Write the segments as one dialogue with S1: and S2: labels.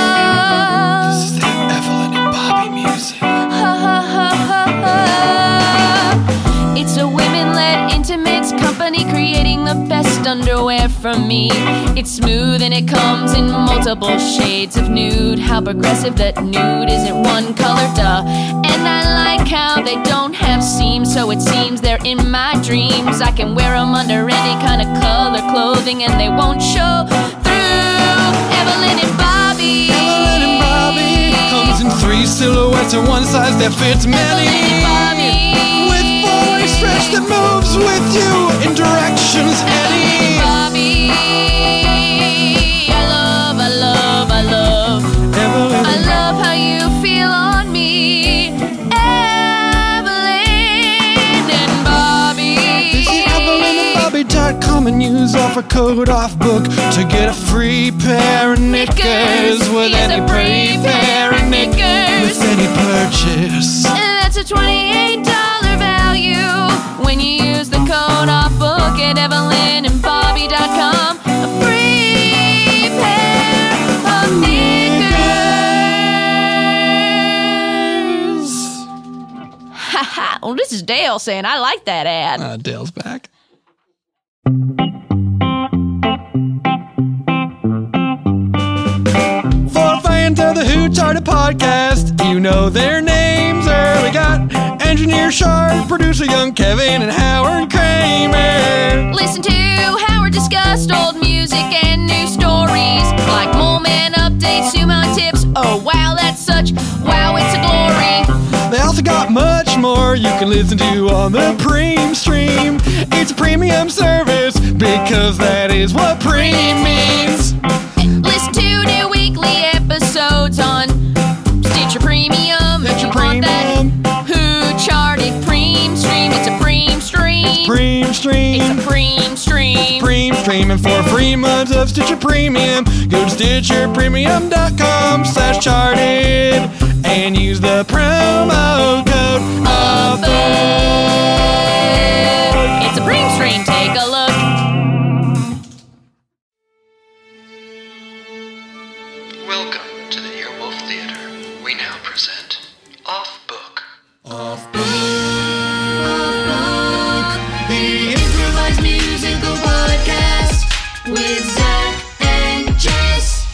S1: This is the Evelyn and Bobby music.
S2: It's a women led intimates company creating the best underwear from me. It's smooth and it comes in multiple shades of nude. How progressive that nude isn't one color, duh. And I like how they don't have seams, so it seems they're in my dreams. I can wear them under any kind of color clothing and they won't show through. Evelyn and Bobby.
S1: Evelyn and Bobby comes in three silhouettes and one size that fits many.
S2: Evelyn and Bobby.
S1: With four-way stretch that moves with you in directions any.
S2: Bobby. I love, I love, I love.
S1: Evelyn
S2: I
S1: and
S2: love how you feel on me. Evelyn and Bobby.
S1: This is EvelynandBobby.com and use offer code off book to get a free pair of knickers with
S2: Yes,
S1: any
S2: a
S1: free pair of knickers with any purchase.
S2: That's a $28 value when you use the code off book at evelynandbobby.com. A free pair of knickers. Ha ha. Well, this is Dale saying, I like that ad.
S1: Uh, Dale's back. For fans of the Who Started podcast, you know their names. Uh, we got engineer Sharp, producer Young Kevin, and Howard Kramer.
S2: Listen to Howard discuss old music and new stories, like Mole Man updates, Sumo tips. Oh wow, that's such wow, it's a glory.
S1: They also got much more you can listen to on the Preem Stream. It's a premium service because that is what Preem means.
S2: Listen to new weekly episodes on Stitcher Premium.
S1: Stitcher
S2: if you want
S1: Premium.
S2: That. Who charted Preem Stream? It's a Preem Stream.
S1: Preem Stream.
S2: It's a Preem Stream.
S1: Preem streaming for free months of Stitcher Premium. Go to StitcherPremium.com slash charted and use the promo code OFFER.
S2: It's a Preem Stream. Take a look.
S3: Welcome to the Earwolf Theater. We now present Off Book.
S1: The improvised musical podcast with Zach and Jess.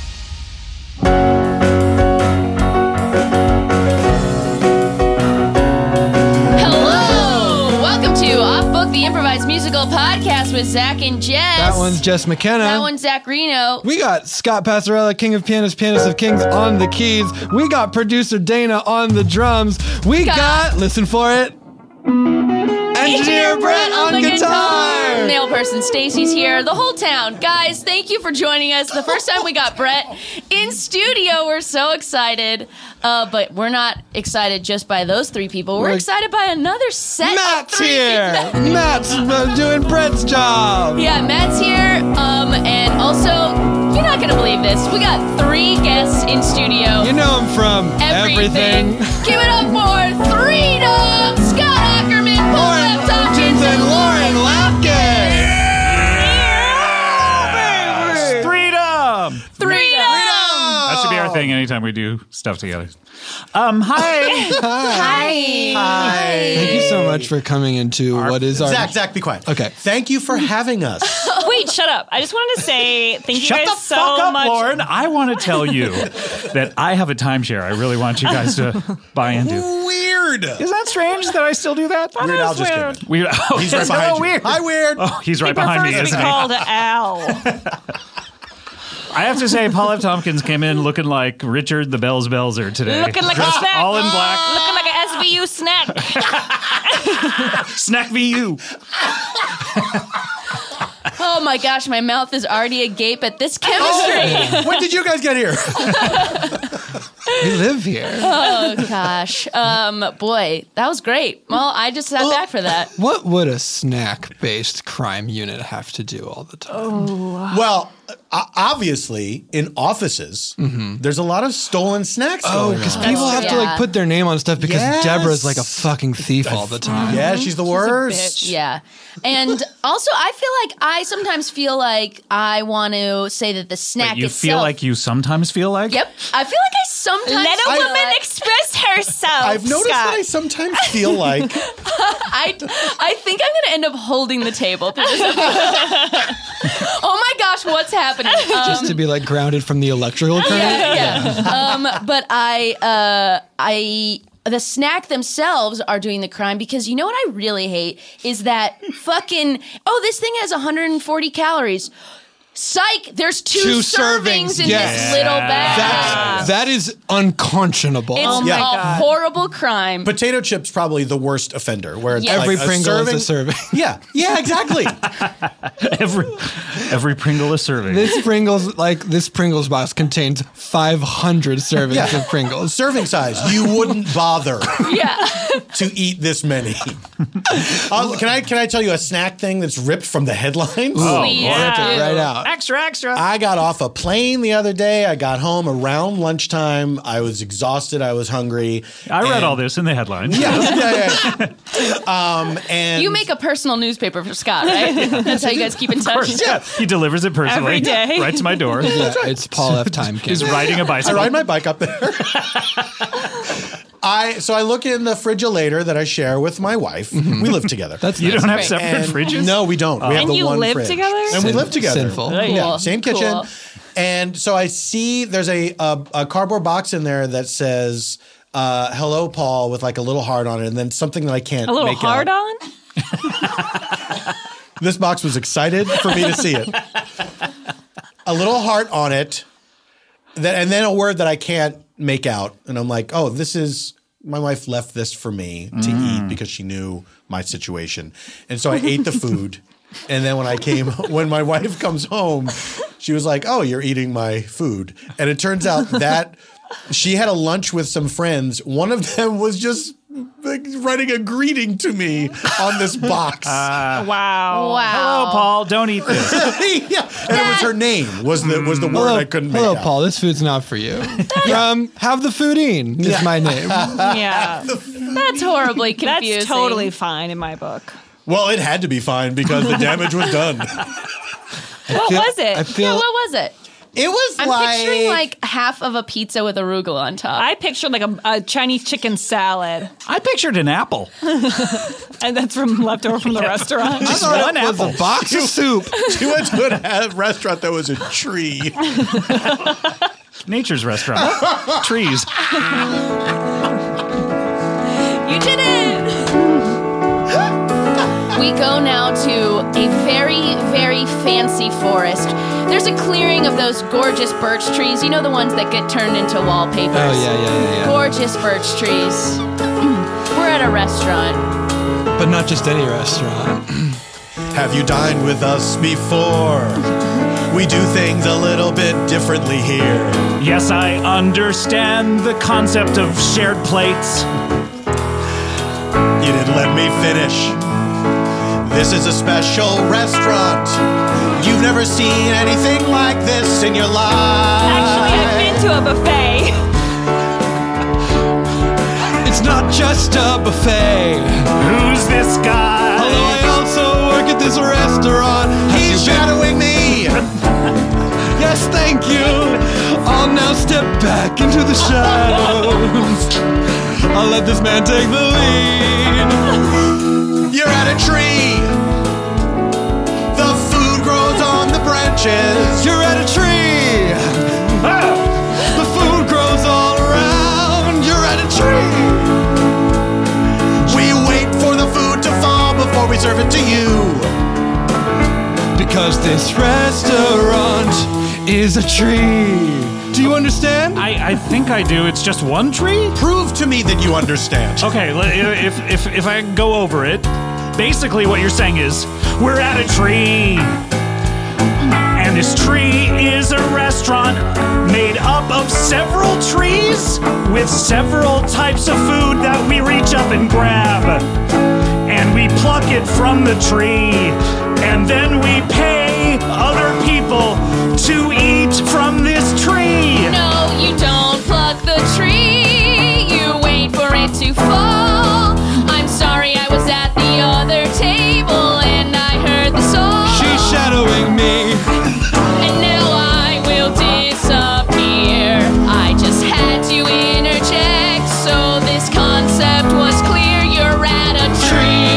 S2: Hello! Welcome to Off Book, the improvised musical podcast with Zach and Jess.
S1: That one's Jess McKenna.
S2: that one's Zach Reno.
S1: We got Scott Passarella, King of Pianists, Pianist of Kings on the keys. We got producer Dana on the drums. We
S2: Got-
S1: got, listen for it, engineer Brett on, guitar.
S2: Nail person Stacy's here. The whole town, guys. Thank you for joining us. The first time we got Brett in studio, we're so excited. Uh, but we're not excited just by those three people. We're
S1: We're-
S2: excited by another set. of
S1: Matt's
S2: three
S1: here.
S2: people.
S1: Matt's uh, doing Brett's job.
S2: Yeah, Matt's here. Um, and also, you're not gonna believe this. We got three guests in studio.
S1: You know him from
S2: everything.
S1: everything.
S2: Give it up for Three Dogs, Scott Ackerman, Paul F. Tompkins,
S1: and Lauren Lapkus.
S4: Freedom!
S2: Three Dogs.
S4: That should be our thing anytime we do stuff together. Um, hi.
S1: Thank you so much for coming into what is our
S5: Zach, Zach, be quiet.
S1: Okay.
S5: Thank you for having us.
S6: Wait, shut up. I just wanted to say thank you
S4: Shut
S6: guys
S4: the
S6: so
S4: fuck up,
S6: much.
S4: Lauren. I want to tell you that I have a timeshare. I really want you guys to buy into.
S5: Weird.
S4: Is that strange that I still do that?
S5: Weird Al just
S6: weird.
S5: came in.
S4: Weird. Oh,
S5: He's right
S4: it's
S5: behind
S4: so
S5: you.
S4: weird.
S5: Hi, Weird.
S4: Oh, he's right
S6: He
S4: behind me,
S6: prefers to
S4: isn't
S6: be
S4: he?
S6: called Al.
S4: I have to say, Paul F. Tompkins came in looking like Richard the Bells Belzer today.
S6: Looking like a
S4: Dressed
S6: snack.
S4: All in black.
S6: Looking like an SVU snack.
S4: Snack VU.
S2: Oh my gosh, my mouth is already agape at this
S1: Oh.
S2: chemistry.
S5: Oh, when did you guys get here?
S1: We live here.
S2: Oh gosh. Um, boy, that was great. Well, I just sat back for that.
S1: What would a snack based crime unit have to do all the time?
S6: Oh,
S5: well, o- obviously, in offices,
S1: Mm-hmm.
S5: there's a lot of stolen snacks going
S1: Because
S5: on.
S1: Oh, people have to like
S2: Yeah.
S1: put their name on stuff because
S5: Yes.
S1: Deborah's like a fucking thief all the time.
S5: Yeah, she's the worst.
S2: Yeah. And also, I feel like I sometimes feel like I want to say that the snack
S4: You
S2: itself.
S4: feel like you sometimes feel like?
S2: Yep. I feel like I sometimes.
S6: Let a
S2: feel
S6: woman
S2: like-
S6: express herself.
S5: I've noticed
S6: Scott.
S5: that I sometimes feel like
S2: I, I think I'm going to end up holding the table. through this episode. oh my gosh, what's happening? Um,
S1: Just to be like grounded from the electrical current.
S2: yeah, yeah. Um, but I, uh, I, the snack themselves are doing the crime because you know what I really hate is that fucking oh this thing has 140 calories. Psych, there's two,
S1: Two
S2: servings,
S1: servings,
S2: in
S1: yes.
S2: this little bag.
S1: That's, that is unconscionable.
S2: it's
S5: my
S2: a
S6: God.
S2: horrible crime.
S5: Oh, potato chips probably the worst offender where it's
S2: Yes.
S5: like
S1: Every
S5: a
S1: Pringle
S5: serving,
S1: is a serving.
S5: Yeah. Yeah, exactly.
S4: Every, every Pringle is serving.
S1: This Pringles, like this Pringles box, contains 500 servings
S5: Yeah.
S1: of Pringles.
S5: serving size. You wouldn't bother
S2: yeah.
S5: to eat this many. Uh, can I can I tell you a snack thing that's ripped from the headlines?
S4: oh,
S6: Please.
S4: Lord.
S6: Yeah.
S1: Rip it right out.
S4: Extra, extra.
S5: I got off a plane the other day. I got home around lunchtime. I was exhausted. I was hungry.
S4: I read
S5: And-
S4: all this in the headline.
S5: Yeah, yeah, yeah, yeah. Um, and
S2: You make a personal newspaper for Scott, right? That's how you guys keep in touch.
S4: Yeah. He delivers it personally.
S6: Every day.
S4: Right to my door.
S1: Yeah, it's Paul F. Timekins.
S4: He's riding a
S5: I
S4: bicycle.
S5: ride my bike up there. I so I look in the frigilator that I share with my wife. We live together.
S1: Mm-hmm. That's
S4: you
S1: nice.
S4: don't have separate
S5: And-
S4: fridges?
S5: No, we don't. We have
S6: And
S5: the
S6: you
S5: one
S6: live
S5: fridge.
S6: together?
S5: And we live together.
S1: Sinful.
S2: Cool,
S5: Yeah, same kitchen.
S2: cool.
S5: And so I see there's a a, a cardboard box in there that says uh, "Hello, Paul" with like a little heart on it, and then something that I can't
S6: a little
S5: make
S6: hard
S5: out.
S6: on.
S5: This box was excited for me to see it. a little heart on it, that, and then a word that I can't make out. And I'm like, oh, this is my wife left this for me to eat because she knew my situation. And so I ate the food. And then when I came, when my wife comes home, she was like, oh, you're eating my food. And it turns out that she had a lunch with some friends. One of them was just like, writing a greeting to me on this box.
S2: Uh,
S6: Wow.
S2: Wow.
S4: Hello, Paul. Don't eat this.
S5: yeah, and it was her name was the was the word
S1: Hello,
S5: I couldn't make
S1: hello
S5: out.
S1: Paul. This food's not for you. From Have the Foodine is my name.
S6: Yeah.
S2: That's horribly confusing.
S6: That's totally fine in my book.
S5: Well, it had to be fine because the damage was done.
S6: What
S1: feel-
S6: was it?
S1: I
S6: I,
S1: feel
S2: Yeah, what was it?
S5: It was
S2: I'm
S5: like,
S2: picturing like half of a pizza with arugula on top.
S6: pictured like a, a Chinese chicken salad,
S4: I pictured an apple.
S6: and that's from leftover from the restaurant.
S1: I thought
S4: one
S1: it was
S4: apple.
S1: a box of soup.
S5: she went to a ha- restaurant that was a tree.
S4: Nature's restaurant. Trees.
S2: you did it! we go now to a very, very fancy forest. There's a clearing of those gorgeous birch trees. You know the ones that get turned into wallpapers.
S1: Oh, yeah, yeah, yeah, yeah.
S2: Gorgeous birch trees. We're at a restaurant.
S1: But not just any restaurant.
S5: Have you dined with us before? We do things a little bit differently here.
S4: Yes, I understand the concept of shared plates.
S5: You didn't let me finish. This is a special restaurant. You've never seen anything like this in your life.
S6: Actually, I've been to a buffet.
S1: It's not just a buffet.
S4: Who's this guy?
S1: Although I also work at this restaurant.
S5: He's
S1: Has you been-
S5: shadowing me.
S1: Yes, thank you. I'll now step back shadows. I'll let this man take the lead.
S5: You're at a tree. The food grows on the branches.
S1: You're at a tree. Ah! The food grows all around. You're at a tree.
S5: We wait for the food to fall before we serve it to you.
S1: Because this restaurant is a tree. Do you understand?
S4: I, I think I do. It's just one tree?
S5: Prove to me that you understand.
S4: Okay, le- if, if, if I go over it, basically what you're saying is we're at a tree. And this tree is a restaurant made up of several trees with several types of food that we reach up and grab. And we pluck it from the tree. And then we pay other people to eat from this tree.
S2: No, you don't pluck the tree. You wait for it to fall. I'm sorry, I was at the other table and I heard the song.
S1: She's shadowing me.
S2: And now I will disappear. I just had to interject so this concept was clear. You're at a tree.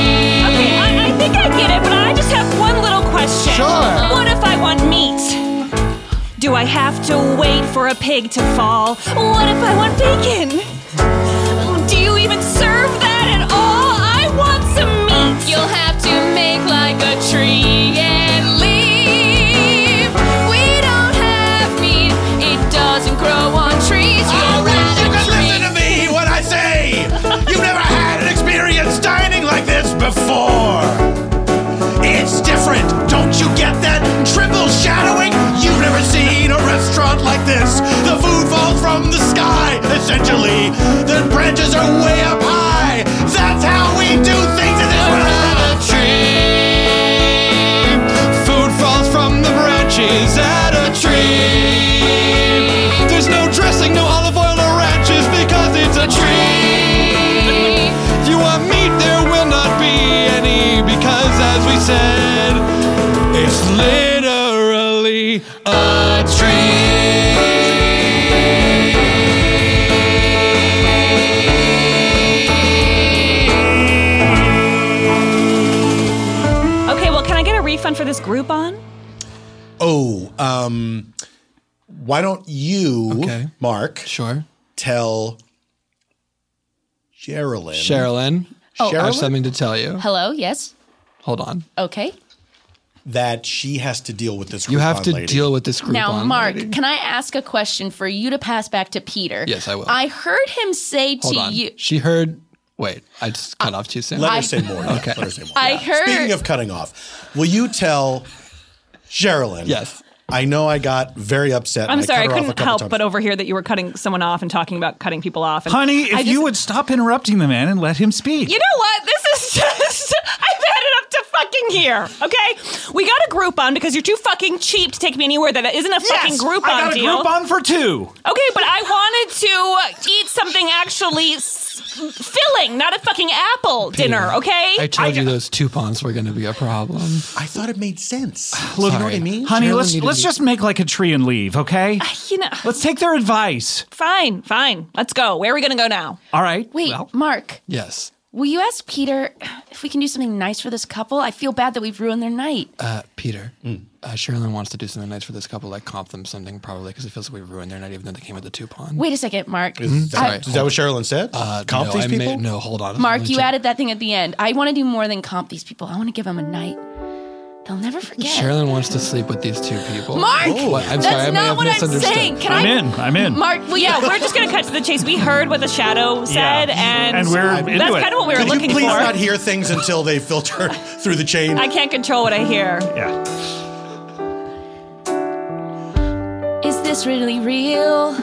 S6: Okay, I, I think I get it, but I just have one little question.
S1: Sure.
S6: What if I want meat? Do I have to wait for a pig to fall? What if I want bacon? Do you even serve that at all? I want some meat.
S2: You'll have to make like a tree and leave. We don't have meat. It doesn't grow on trees. You're at a
S5: You can
S2: tree.
S5: listen to me when I say you've never had an experience dining like this before. It's different, don't you get that? Triple shadowing? You've never seen a restaurant like this. The food falls from the sky, essentially. The branches are way up high. That's how we do things in this restaurant.
S1: tree. Food falls from the branches at a tree. There's no dressing, no olive oil or ranches because it's a tree. If you want meat, there will not be any because, as we said, it's literally a tree.
S6: Okay, well, can I get a refund for this Groupon?
S5: Oh, um, why don't you,
S1: Okay.
S5: Mark,
S1: Sure.
S5: tell Geraldine?
S1: Sherilyn, I have
S5: Sherilyn?
S1: something to tell you.
S2: Hello, yes.
S1: Hold on.
S2: Okay.
S5: that she has to deal with this.
S1: You have
S5: Groupon
S1: to
S5: lady.
S1: deal with this group.
S2: Now, Mark, can I ask a question for you to pass back to Peter?
S1: Yes, I will.
S2: I heard him say
S1: Hold
S2: to
S1: on.
S2: you. Uh,
S1: She heard. Wait, I just cut off too soon.
S5: Let
S2: I-
S5: her say more. Let her say more.
S2: I heard-
S5: Speaking of cutting off, will you tell Sherilyn?
S1: Yes.
S5: I know I got very upset.
S6: I'm
S5: and
S6: sorry, I
S5: cut her off a
S6: couldn't
S5: couple
S6: help
S5: times.
S6: but overhear that you were cutting someone off and talking about cutting people off. And
S4: Honey, if
S6: I just-
S4: you would stop interrupting the man and let him speak.
S6: You know what? This is just. I've had it up to fucking here. Okay, we got a Groupon because you're too fucking cheap to take me anywhere that isn't a fucking Groupon
S4: I got a
S6: deal.
S4: Groupon for two.
S6: Okay, but I wanted to eat something actually s- filling, not a fucking apple dinner. Okay,
S1: I told you those coupons were going to be a problem.
S5: I thought it made sense.
S4: Look,
S5: you know what I mean?
S4: honey,
S1: Sherilyn
S4: let's
S1: needed
S4: let's
S1: me.
S4: just make like a tree and leave, okay?
S6: You know,
S4: Let's take their advice.
S6: fine, fine. Let's go. Where are we gonna go now?
S4: All right.
S2: Wait,
S4: well,
S2: Mark,
S1: Yes.
S2: will you ask Peter if we can do something nice for this couple? I feel bad that we've ruined their night.
S1: Uh, Peter,
S5: Mm.
S1: uh, Sherilyn wants to do something nice for this couple, like comp them something, probably, because it feels like we ruined their night, even though they came with the coupon. Hmm?
S2: Wait a second, Mark.
S5: Is that,
S1: Sorry.
S5: is that what Sherilyn said?
S1: Uh,
S5: Comp
S1: no,
S5: these
S1: I may-
S5: people?
S1: no, hold on. Let
S2: Mark,
S1: me
S2: you
S1: check.
S2: added that thing at the end. I want to do more than comp these people. I want to give them a night they'll never forget.
S1: Sherilyn wants to sleep with these two people.
S2: Mark,
S1: What? I'm
S2: that's
S1: sorry, I may
S2: not
S1: have
S2: what I'm
S1: misunderstood.
S2: saying. Can
S4: I'm
S2: I-
S4: in. I'm in.
S2: Mark, well,
S6: Yeah,
S2: yeah,
S6: we're just gonna cut to the chase. We heard what the shadow said, and
S4: And we're into
S6: that's
S4: it.
S6: kind of what we were
S5: Could you
S6: looking
S5: please
S6: for.
S5: not hear things until they filter through the chain?
S6: I can't control what I hear.
S4: yeah.
S2: Is this really real?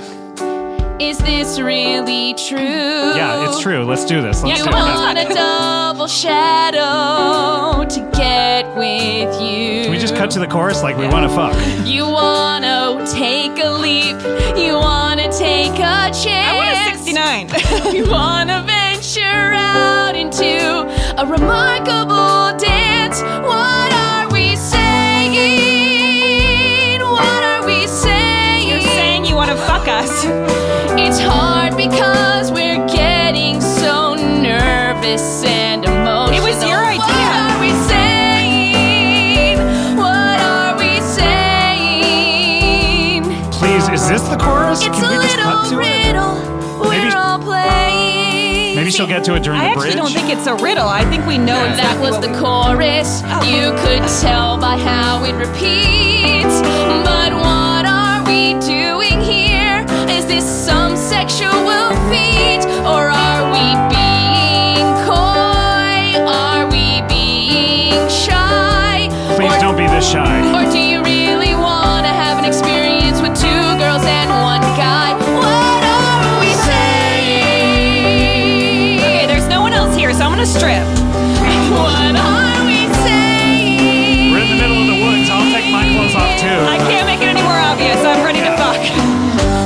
S2: Is this really true?
S4: Yeah, it's true. Let's do this. Let's
S6: Yeah,
S4: do
S2: You
S6: come
S4: it.
S6: on.
S2: want a double shadow to get with you.
S4: Can we just cut to the chorus like we want to fuck?
S2: You wanna take a leap. You wanna take a chance.
S6: I want a 69.
S2: You wanna venture out into a remarkable dance. What are we saying? What are we saying?
S6: You're saying you want to fuck us.
S2: It's hard
S4: Is this the chorus?
S2: It's
S4: Can
S2: a
S4: we just
S2: little
S4: cut to it?
S2: riddle
S4: Maybe-
S2: we're all playing.
S4: Maybe she'll get to it during
S6: I
S4: the
S6: actually
S4: bridge.
S6: don't think it's a riddle. I think we know exactly
S2: That was
S6: what
S2: the
S6: we- Oh.
S2: chorus. You could tell by how it repeats. But what are we doing here? Is this some sexual feat? Or are we being coy? Are we being shy?
S4: Please
S2: Or-
S4: don't be this shy.
S2: Or do you really want to have an experience with two girls and one guy? What are we saying?
S6: Okay, there's no one else here, so I'm gonna strip.
S2: What are we saying?
S4: We're in the middle of the woods. I'll take my clothes off
S6: I
S4: too.
S6: can't make it any more obvious. I'm ready to fuck.
S1: I
S2: uh,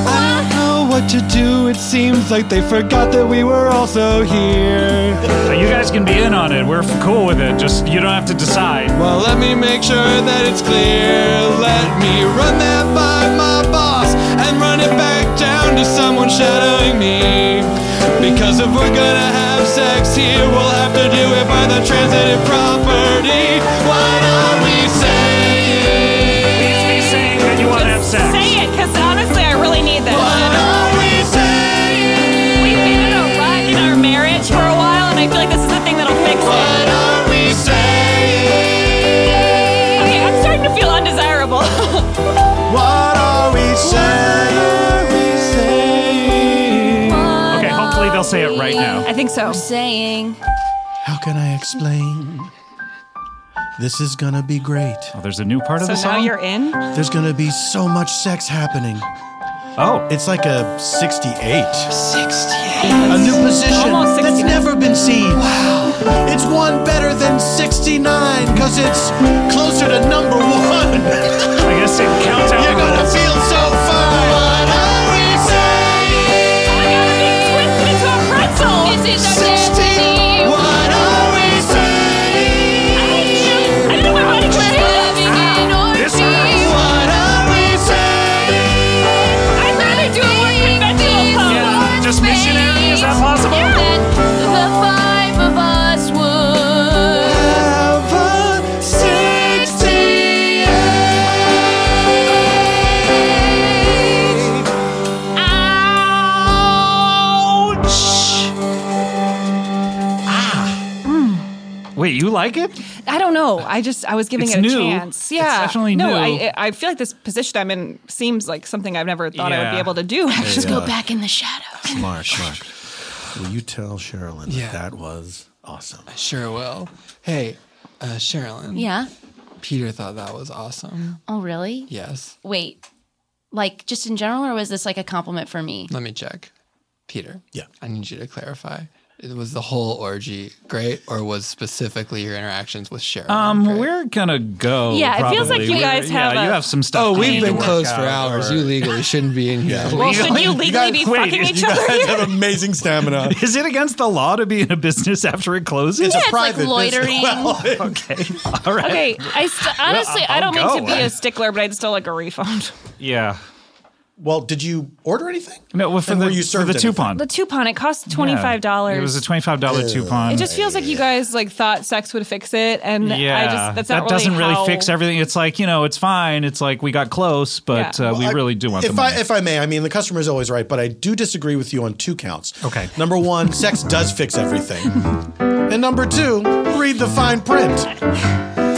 S1: don't know what to do. It seems like they forgot that we were also here.
S4: Uh, You guys can be in on it. We're f- cool with it. Just you don't have to decide.
S1: Well, let me make sure that it's clear. Let me run that by my boss and run it back down to someone shadowing me. Because if we're gonna have sex here, we'll have to do it by the transitive property. What are we saying?
S4: Please be saying that you want to have sex.
S6: Say it, cause honestly, I really need this.
S1: What are we saying?
S6: We've been in a rut in our marriage for a while, and I feel like this is the thing that'll fix
S1: What
S6: it.
S1: are we saying?
S6: Okay, I'm starting to feel undesirable.
S1: What are we saying?
S4: Okay, hopefully they'll say it right now.
S6: I think so.
S2: Saying.
S5: How can I explain? This is gonna be great.
S4: Oh, there's a new part of
S6: So
S4: the
S6: now
S4: song.
S6: you're in?
S5: There's gonna be so much sex happening.
S4: oh,
S5: It's like a 68. 68. A new position
S6: Almost 69.
S5: that's never been seen. Wow. It's one better than 69 because it's closer to number one.
S4: I guess it counts out.
S5: You're gonna feel so fine. What are we saying?
S6: Oh my god, I'm being twisted into a pretzel!
S2: This is our destiny.
S5: What are we
S6: I
S5: saying?
S6: hate you. I don't know where my body
S2: We're
S6: is.
S2: having an
S4: This
S2: orgy.
S5: What are we saying?
S6: I'd rather do a more conventional pose.
S4: Yeah, just missionary. Is that possible?
S2: That the five of us would.
S1: Have a 68.
S4: Wait, you like it?
S6: I don't know. I just I was giving
S4: It's
S6: it a
S4: new.
S6: chance.
S4: It's
S6: Yeah,
S4: definitely
S6: no,
S4: new.
S6: I I feel like this position I'm in seems like something I've never thought I would
S4: Yeah.
S6: be able to do. Actually,
S2: Go back in the shadows.
S5: Mark, Mark, will you tell Sherilyn that that was awesome?
S7: Sure will. Hey, uh, Sherilyn.
S2: Yeah.
S7: Peter thought that was awesome.
S2: Oh, really?
S7: Yes.
S2: Wait, like just in general, or was this like a compliment for me?
S7: Let me check. Peter.
S5: Yeah.
S7: I need you to clarify. It was the whole orgy great, or was specifically your interactions with Sherilyn?
S4: Um,
S7: great?
S4: we're gonna go.
S6: Yeah, it feels like
S4: probably.
S6: you
S4: We're-
S6: guys have
S4: Yeah,
S6: a-
S4: you have some stuff.
S7: Oh,
S4: we
S7: we've
S4: need to
S7: been
S4: work
S7: closed for
S4: out,
S7: hours.
S4: or-
S7: You legally shouldn't be in here.
S6: well, should you legally be
S4: wait,
S6: fucking
S4: you
S6: each other?
S5: guys have amazing stamina.
S4: Is it against the law to be in a business after it closes?
S2: Yeah, it's like loitering.
S4: Okay. All right.
S6: Okay, I st- honestly I
S4: I'll
S6: don't mean to
S4: go.
S6: be a stickler, but I'd still like a refund.
S4: Yeah.
S5: Well, did you order anything?
S4: No, well, for
S5: And
S4: the
S5: were you
S4: for
S5: served
S4: the
S5: anything?
S4: coupon.
S6: The coupon it costs twenty five dollars.
S4: It was a twenty-five dollar coupon.
S6: It just feels like you guys like thought sex would fix it, and
S4: yeah,
S6: I just that's
S4: that
S6: not
S4: doesn't really
S6: how-
S4: fix everything. It's like you know, it's fine. It's like we got close, but
S6: Yeah.
S4: uh, we
S5: I-
S4: really do want
S5: if
S4: the money.
S5: I, if I may, I mean the customer is always right, but I do disagree with you on two counts.
S4: Okay.
S5: Number one, sex does fix everything, and number two, read the fine print.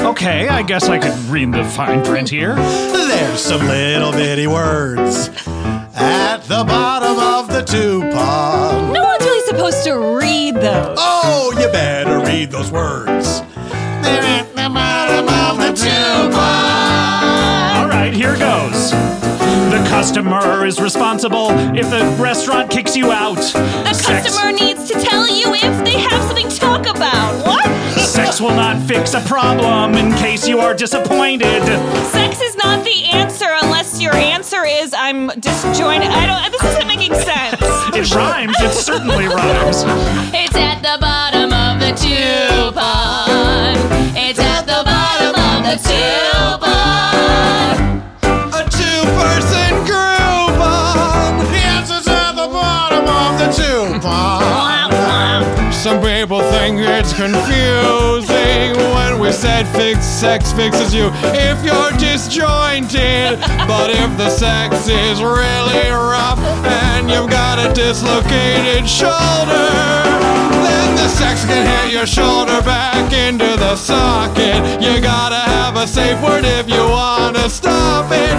S4: okay, I guess I could read the fine print here.
S5: There's some little bitty words at the bottom of the coupon.
S6: No one's really supposed to read those.
S5: Oh, you better read those words. They're at the bottom of the coupon.
S4: All right, here goes. The customer is responsible if the restaurant kicks you out.
S6: The
S4: Sex-
S6: customer needs to tell you if they have something to talk about. What?
S4: Sex will not fix a problem in case you are disappointed.
S6: Sex is not the answer unless your answer is I'm disjointed. I don't. This isn't making sense.
S4: It rhymes. It certainly rhymes.
S2: It's at the bottom of the coupon. It's at the bottom of the coupon.
S1: A two-person Groupon. The answer's at the bottom of the coupon. Some people think it's confusing when we said fix sex fixes you if you're disjointed. it. But if the sex is really rough and you've got a dislocated shoulder, then the sex can hit your shoulder back into the socket. You gotta have a safe word if you wanna stop it.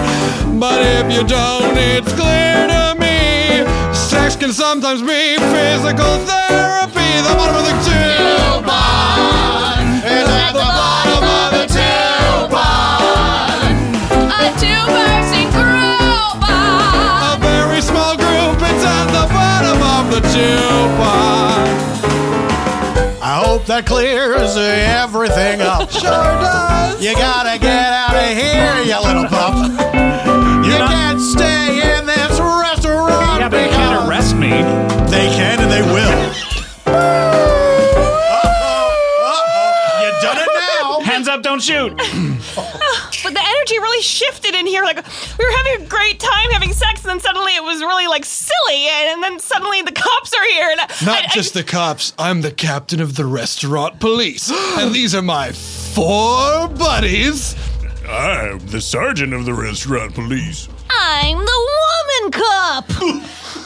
S1: But if you don't, it's clear to me. Sex can sometimes be physical therapy. The bottom of the tube bond is at the bottom of the tube bond.
S2: A two-person crowbar.
S1: A very small group is at the bottom of the tube bond.
S5: I hope that clears everything up.
S1: Sure does.
S5: You gotta get out of here, you little pup. You
S4: not-
S5: can't stay in this restaurant.
S4: Yeah, but you
S5: because-
S4: can't arrest me.
S5: They can and they will. Uh-oh, uh-oh. You done it now.
S4: Hands up, don't shoot.
S6: But the energy really shifted in here. Like we were having a great time having sex, and then suddenly it was really like silly, and then suddenly the cops are here, and I-
S1: Not
S6: I-
S1: just the cops, I'm the captain of the restaurant police. and these are my four buddies.
S8: I'm the sergeant of the restaurant police.
S2: I'm the woman cup.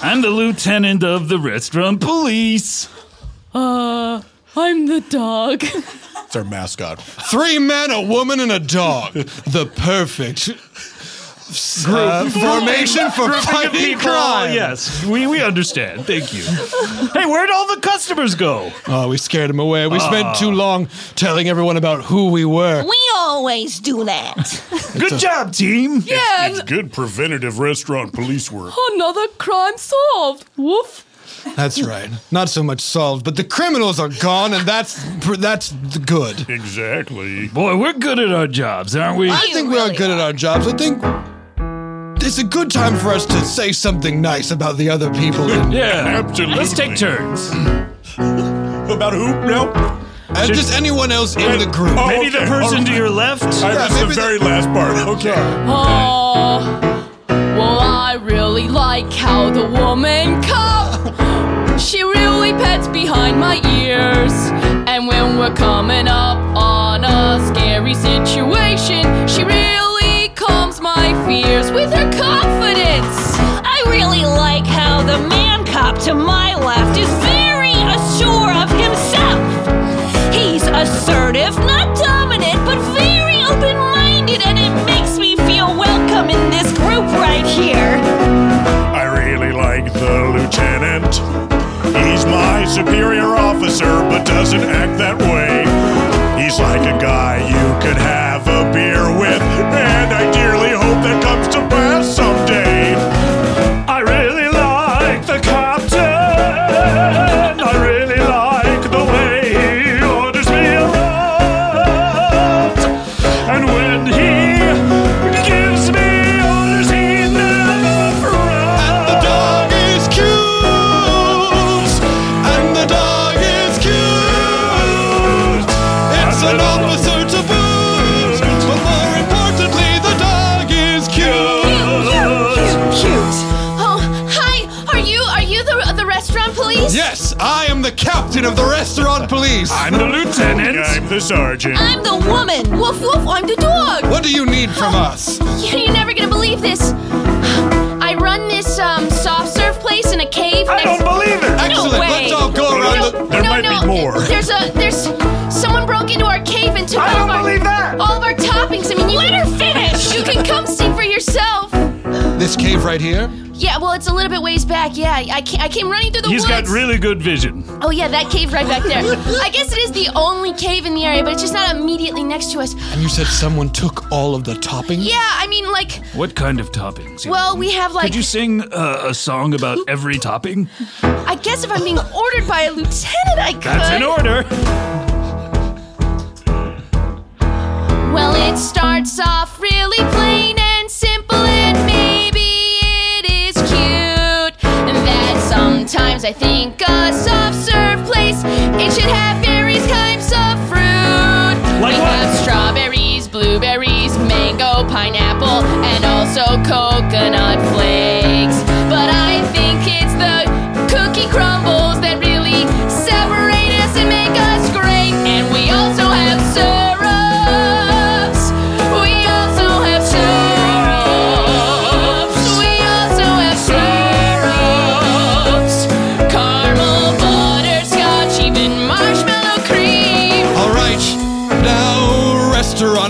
S4: I'm the lieutenant of the restaurant police.
S2: Uh, I'm the dog.
S5: It's our mascot.
S1: Three men, a woman, and a dog. The perfect uh, formation for fighting
S4: People,
S1: crime.
S4: Yes, we, we understand. Thank you. hey, where'd all the customers go?
S1: Oh, we scared him away. We spent
S7: Oh.
S1: too long telling everyone about who we were.
S2: We always do that.
S4: Good job, team.
S8: It's good preventative restaurant police work.
S2: Another crime solved. Woof.
S1: That's right. Not so much solved, but the criminals are gone, and that's that's good.
S8: Exactly.
S4: Boy, we're good at our jobs, aren't we?
S1: I think we are good at our jobs. I think it's a good time for us to say something nice about the other people. And
S4: Yeah.
S8: Absolutely.
S4: Let's take turns. Uh,
S8: About who? No.
S1: and just anyone else in the group.
S8: Oh,
S4: Maybe the
S8: okay,
S4: person
S8: all
S4: to
S8: right.
S4: your left.
S8: I missed
S1: maybe
S8: the
S1: the-
S8: very last part. Okay.
S2: Oh, well, I really like how the woman cup. She really pets behind my ears. And when we're coming up on a scary situation, she really calms my fears with her confidence.
S6: I really like how the man cop to my left is very assured of himself. He's assertive, not dominant, but very open minded, and it makes me feel welcome in this group right here.
S8: I really like the lieutenant. He's my superior officer, but doesn't act that way. He's like a guy you could have a beer with, and I dearly hope that comes to pass someday.
S4: I really like the captain. I really like the way he orders me around. And when he gives me orders, he never
S1: And the dog is cute. And the dog is cute. It's an officer to boot. But more importantly, the dog is cute.
S2: Oh, hi. Are you are you the the restaurant police?
S1: Yes, I am the captain of the restaurant police.
S4: I'm the lieutenant.
S8: I'm the sergeant.
S2: I'm the woman. Woof woof. I'm the dog.
S1: What do you need from us?
S2: You're never gonna believe this. I run this um, soft serve place in a cave.
S4: I don't believe it.
S1: Excellent. Let's all go around the.
S8: There might be more.
S2: There's a there's someone broke into our cave and took
S4: I
S2: all
S4: don't
S2: of our
S4: believe that.
S2: all of our toppings. I mean, you, let her finish. You can come see for yourself.
S1: This cave right here?
S2: Yeah, well, it's a little bit ways back. Yeah, I came, I came running through the
S4: He's
S2: woods.
S4: got really good vision.
S2: oh yeah, that cave right back there. I guess it is the only cave in the area, but it's just not immediately next to us.
S1: And you said someone took all of the toppings?
S2: Yeah, I mean, like,
S4: What kind of toppings?
S2: well, we have like.
S4: Could you sing uh, a song about every topping?
S2: I guess if I'm being ordered by a lieutenant, I could.
S4: That's an order.
S2: Well, it starts off really plain and simple, and maybe it is cute. And that sometimes I think a soft serve place, it should have various types of fruit.
S4: Like
S2: we
S4: what?
S2: have strawberries, blueberries, mango, pineapple, and also coconut flakes. But I think it's the cookie crumbles that really separate us and make us great. And we also have syrups. We also have syrups. Oh,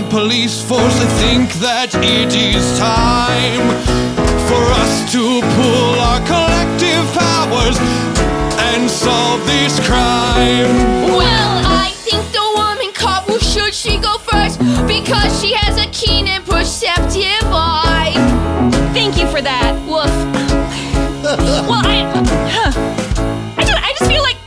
S1: police force, I think that it is time for us to pull our collective powers and solve this crime.
S2: Well, I think the woman cop will should she go first because she has a keen and perceptive eye. Thank you for that. Woof.
S6: well, I, huh. I just, I just feel like,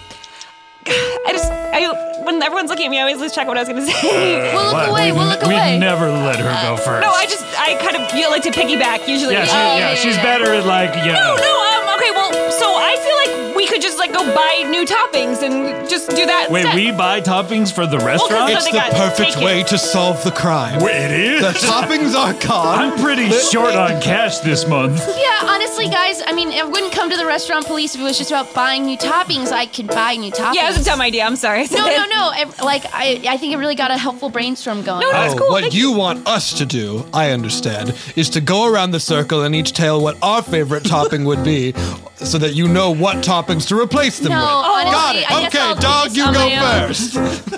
S6: I just, I, when everyone's looking at me, I always lose track of what I was going to say.
S2: We'll look
S4: Uh, What?
S2: away,
S4: We've
S2: we'll
S4: n-
S2: look
S4: we've
S2: away.
S4: never let her go first.
S6: No, I just, I kind of, you know, like to piggyback usually.
S4: Yeah, she, yeah, she's better at like yeah.
S6: No, no, um, okay, well, so I feel like we could just, like, go buy new toppings and just do that
S4: Wait,
S6: instead.
S4: we buy toppings for the restaurant?
S6: Well, 'cause
S1: It's the
S6: got
S1: perfect
S6: taken.
S1: way to solve the crime.
S4: Wait, it is?
S1: The toppings are gone.
S4: I'm pretty short on cash this month.
S2: Yeah, honestly, guys, I mean, I wouldn't come to the restaurant police if it was just about buying new toppings. I could buy new toppings.
S6: Yeah, it was a dumb idea. I'm sorry.
S2: No, no, no. I- like, I, I think it really got a helpful brainstorm going.
S6: No, no. That's
S9: Oh,
S6: cool,
S9: what
S6: thank
S9: you want us to do, I understand, is to go around the circle and each tell what our favorite topping would be, so that you know what toppings to replace them
S2: No,
S9: with.
S2: honestly,
S9: Got it.
S2: I guess
S9: okay,
S2: I'll do
S9: dog,
S2: this
S9: you
S2: on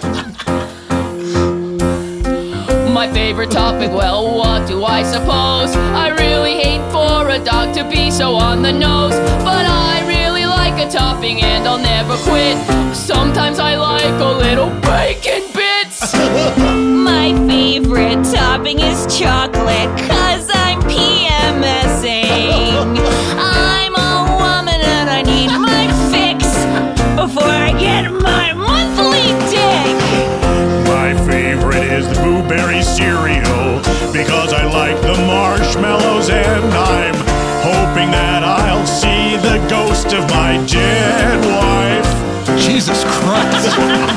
S9: go
S2: my own.
S9: first.
S2: My favorite topic, well, what do I suppose? I really hate for a dog to be so on the nose, but I really like a topping and I'll never quit. Sometimes I like a little bacon bits.
S6: My favorite topping is chocolate, cause I'm PMSing. I'm a woman and I need my fix before I get my monthly dick.
S8: My favorite is the blueberry cereal because I like the marshmallows and I'm hoping that I'll see the ghost of my dead wife.
S9: Jesus Christ.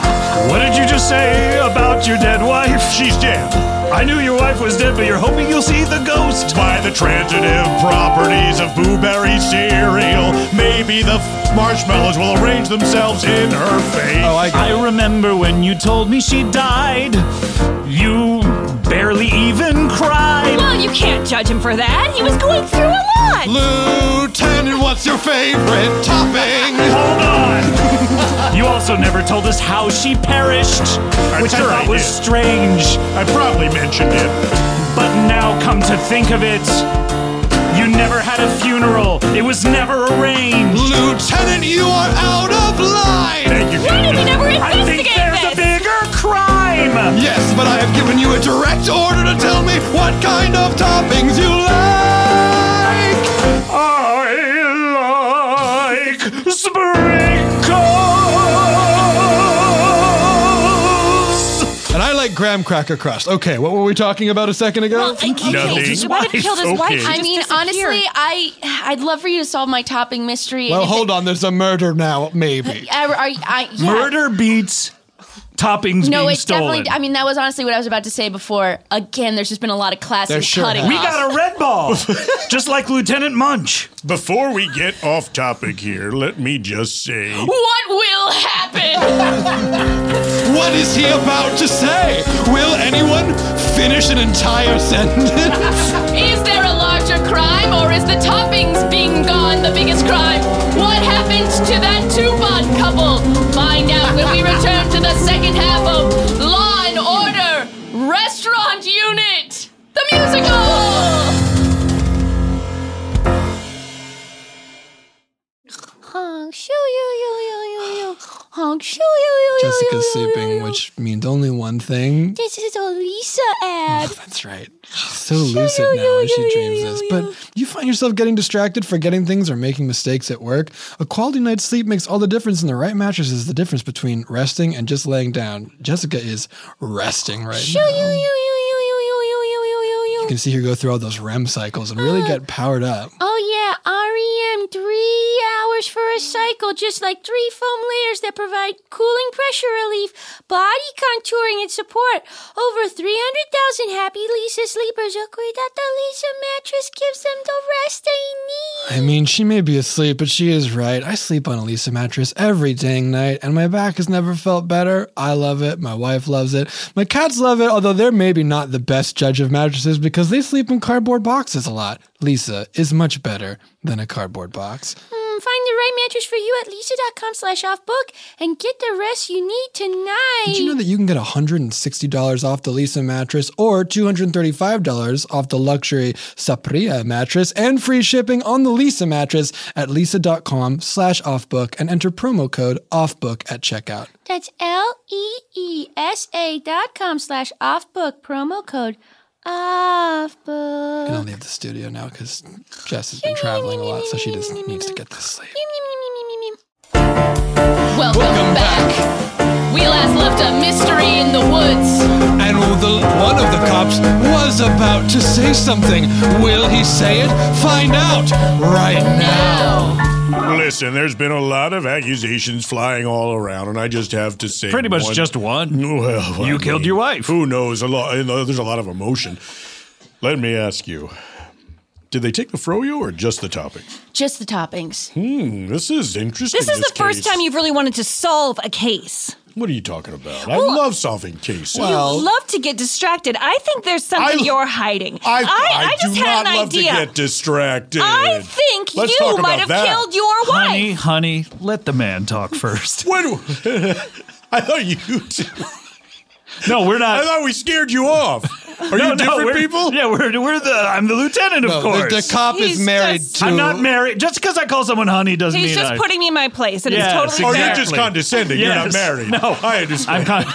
S4: What did you just say about your dead wife?
S8: She's dead.
S4: I knew your wife was dead, but you're hoping you'll see the ghost.
S8: By the transitive properties of blueberry cereal, maybe the f- marshmallows will arrange themselves in her face.
S9: oh, I
S4: I remember when you told me she died. You barely even cried.
S6: Well, you can't judge him for that. He was going through a lot.
S1: Lieutenant, what's your favorite topping?
S4: Hold on. you also never told us how she perished, which I
S8: sure
S4: thought
S8: I
S4: was
S8: did.
S4: strange.
S8: I probably mentioned it.
S4: But now, come to think of it, you never had a funeral. It was never arranged.
S1: Lieutenant, you are out of line!
S8: Thank you.
S6: Why did we never
S4: I think
S6: investigate
S4: there's a
S6: this?
S4: bigger crime.
S1: Yes, but I have given you a direct order to tell me what kind of toppings you like!
S4: I like sprinkles.
S9: and I like graham cracker crust. Okay, what were we talking about a second ago?
S6: okay,
S8: Nothing.
S6: he might have killed his
S8: Okay.
S6: wife.
S8: I
S2: I mean, honestly, I I'd love for you to solve my topping mystery.
S9: well,
S2: and if
S9: hold on. There's a murder now, maybe.
S2: it- I, I, I- yeah.
S4: Murder beats toppings
S2: No,
S4: being
S2: it's
S4: stolen.
S2: definitely. I mean, that was honestly what I was about to say before. Again, there's just been a lot of
S9: There
S2: classic
S9: sure
S2: cutting.
S9: has.
S4: we
S2: off.
S4: got a red ball, just like Lieutenant Munch.
S8: Before we get off topic here, let me just say.
S2: What will happen?
S1: What is he about to say? Will anyone finish an entire sentence?
S2: is there a larger crime, or is the toppings being gone the biggest crime? What happened to that two-bond couple? Find out when we return to the second half of Law and Order Restaurant Unit, the musical. Honk, shoo, yo, yo, yo, yo, yo. Honk, shoo, yo, yo, yo, yo,
S9: Jessica's
S2: yo, yo,
S9: sleeping,
S2: yo.
S9: which means only one thing.
S2: This is a Lisa
S1: Oh,
S2: ad.
S9: That's right. She's so lucid now when she dreams this. But you find yourself getting distracted, forgetting things, or making mistakes at work. A quality night's sleep makes all the difference, and the right mattress is the difference between resting and just laying down. Jessica is resting right now. You can see her go through all those REM cycles and
S2: Uh,
S9: really get powered up.
S2: Oh yeah, REM three hours for a cycle, just like three foam layers that provide cooling pressure relief, body contouring, and support. Over three hundred thousand happy Lisa sleepers agree that the Lisa mattress gives them the rest they need.
S9: I mean, she may be asleep, but she is right. I sleep on a Lisa mattress every dang night, and my back has never felt better. I love it. My wife loves it. My cats love it, although they're maybe not the best judge of mattresses because they sleep in cardboard boxes a lot. Lisa is much better than a cardboard box.
S2: Hmm,
S10: can find the right mattress for you at lisa.com slash off book and get the rest you need tonight.
S9: Did you know that you can get $160 off the Lisa mattress or $235 off the luxury Sapria mattress and free shipping on the Lisa mattress at lisa.com slash offbook and enter promo code offbook at checkout.
S10: That's L E E S A dot com slash off book promo code off
S7: I don't
S10: book.
S7: leave the studio now because Jess has been traveling a lot, so she just needs to get this sleep.
S2: Welcome, back. We last left a mystery in the woods.
S1: And the, one of the cops was about to say something. Will he say it? Find out right now.
S8: Listen, there's been a lot of accusations flying all around, and I just have to say,
S4: Pretty much just one.
S8: Well,
S4: You killed
S8: your wife. Who knows? A lot. There's a lot of emotion. Let me ask you: Did they take the froyo or just the toppings?
S6: Just the toppings.
S8: Hmm, this is interesting.
S6: This is the first
S8: case.
S6: time you've really wanted to solve a case.
S8: What are you talking about?
S6: Well-
S8: I love solving cases.
S6: you love to get distracted. I think there's something you're hiding. I, I,
S8: do
S6: just had
S8: not
S6: an
S8: love
S6: idea.
S8: to get distracted.
S6: I think
S8: Let's
S6: you
S8: talk
S6: might
S8: about
S6: have
S8: that.
S6: killed your wife.
S4: Honey, honey, let the man talk first.
S8: What? I thought you.
S4: no, we're not.
S8: I thought we scared you off. Are
S4: No,
S8: you
S4: no,
S8: different
S4: we're-
S8: people?
S4: Yeah, we're, we're the. I'm the lieutenant, of
S8: No, the-
S4: course.
S8: the cop is He's married just- to-
S4: I'm not married. Just because I call someone honey doesn't
S6: He's
S4: mean
S6: just
S4: I.
S6: putting me in my place, and
S4: Yes,
S6: it's
S8: Oh,
S6: totally
S4: exactly.
S6: fair.
S4: Yes. No, I understand. I'm con-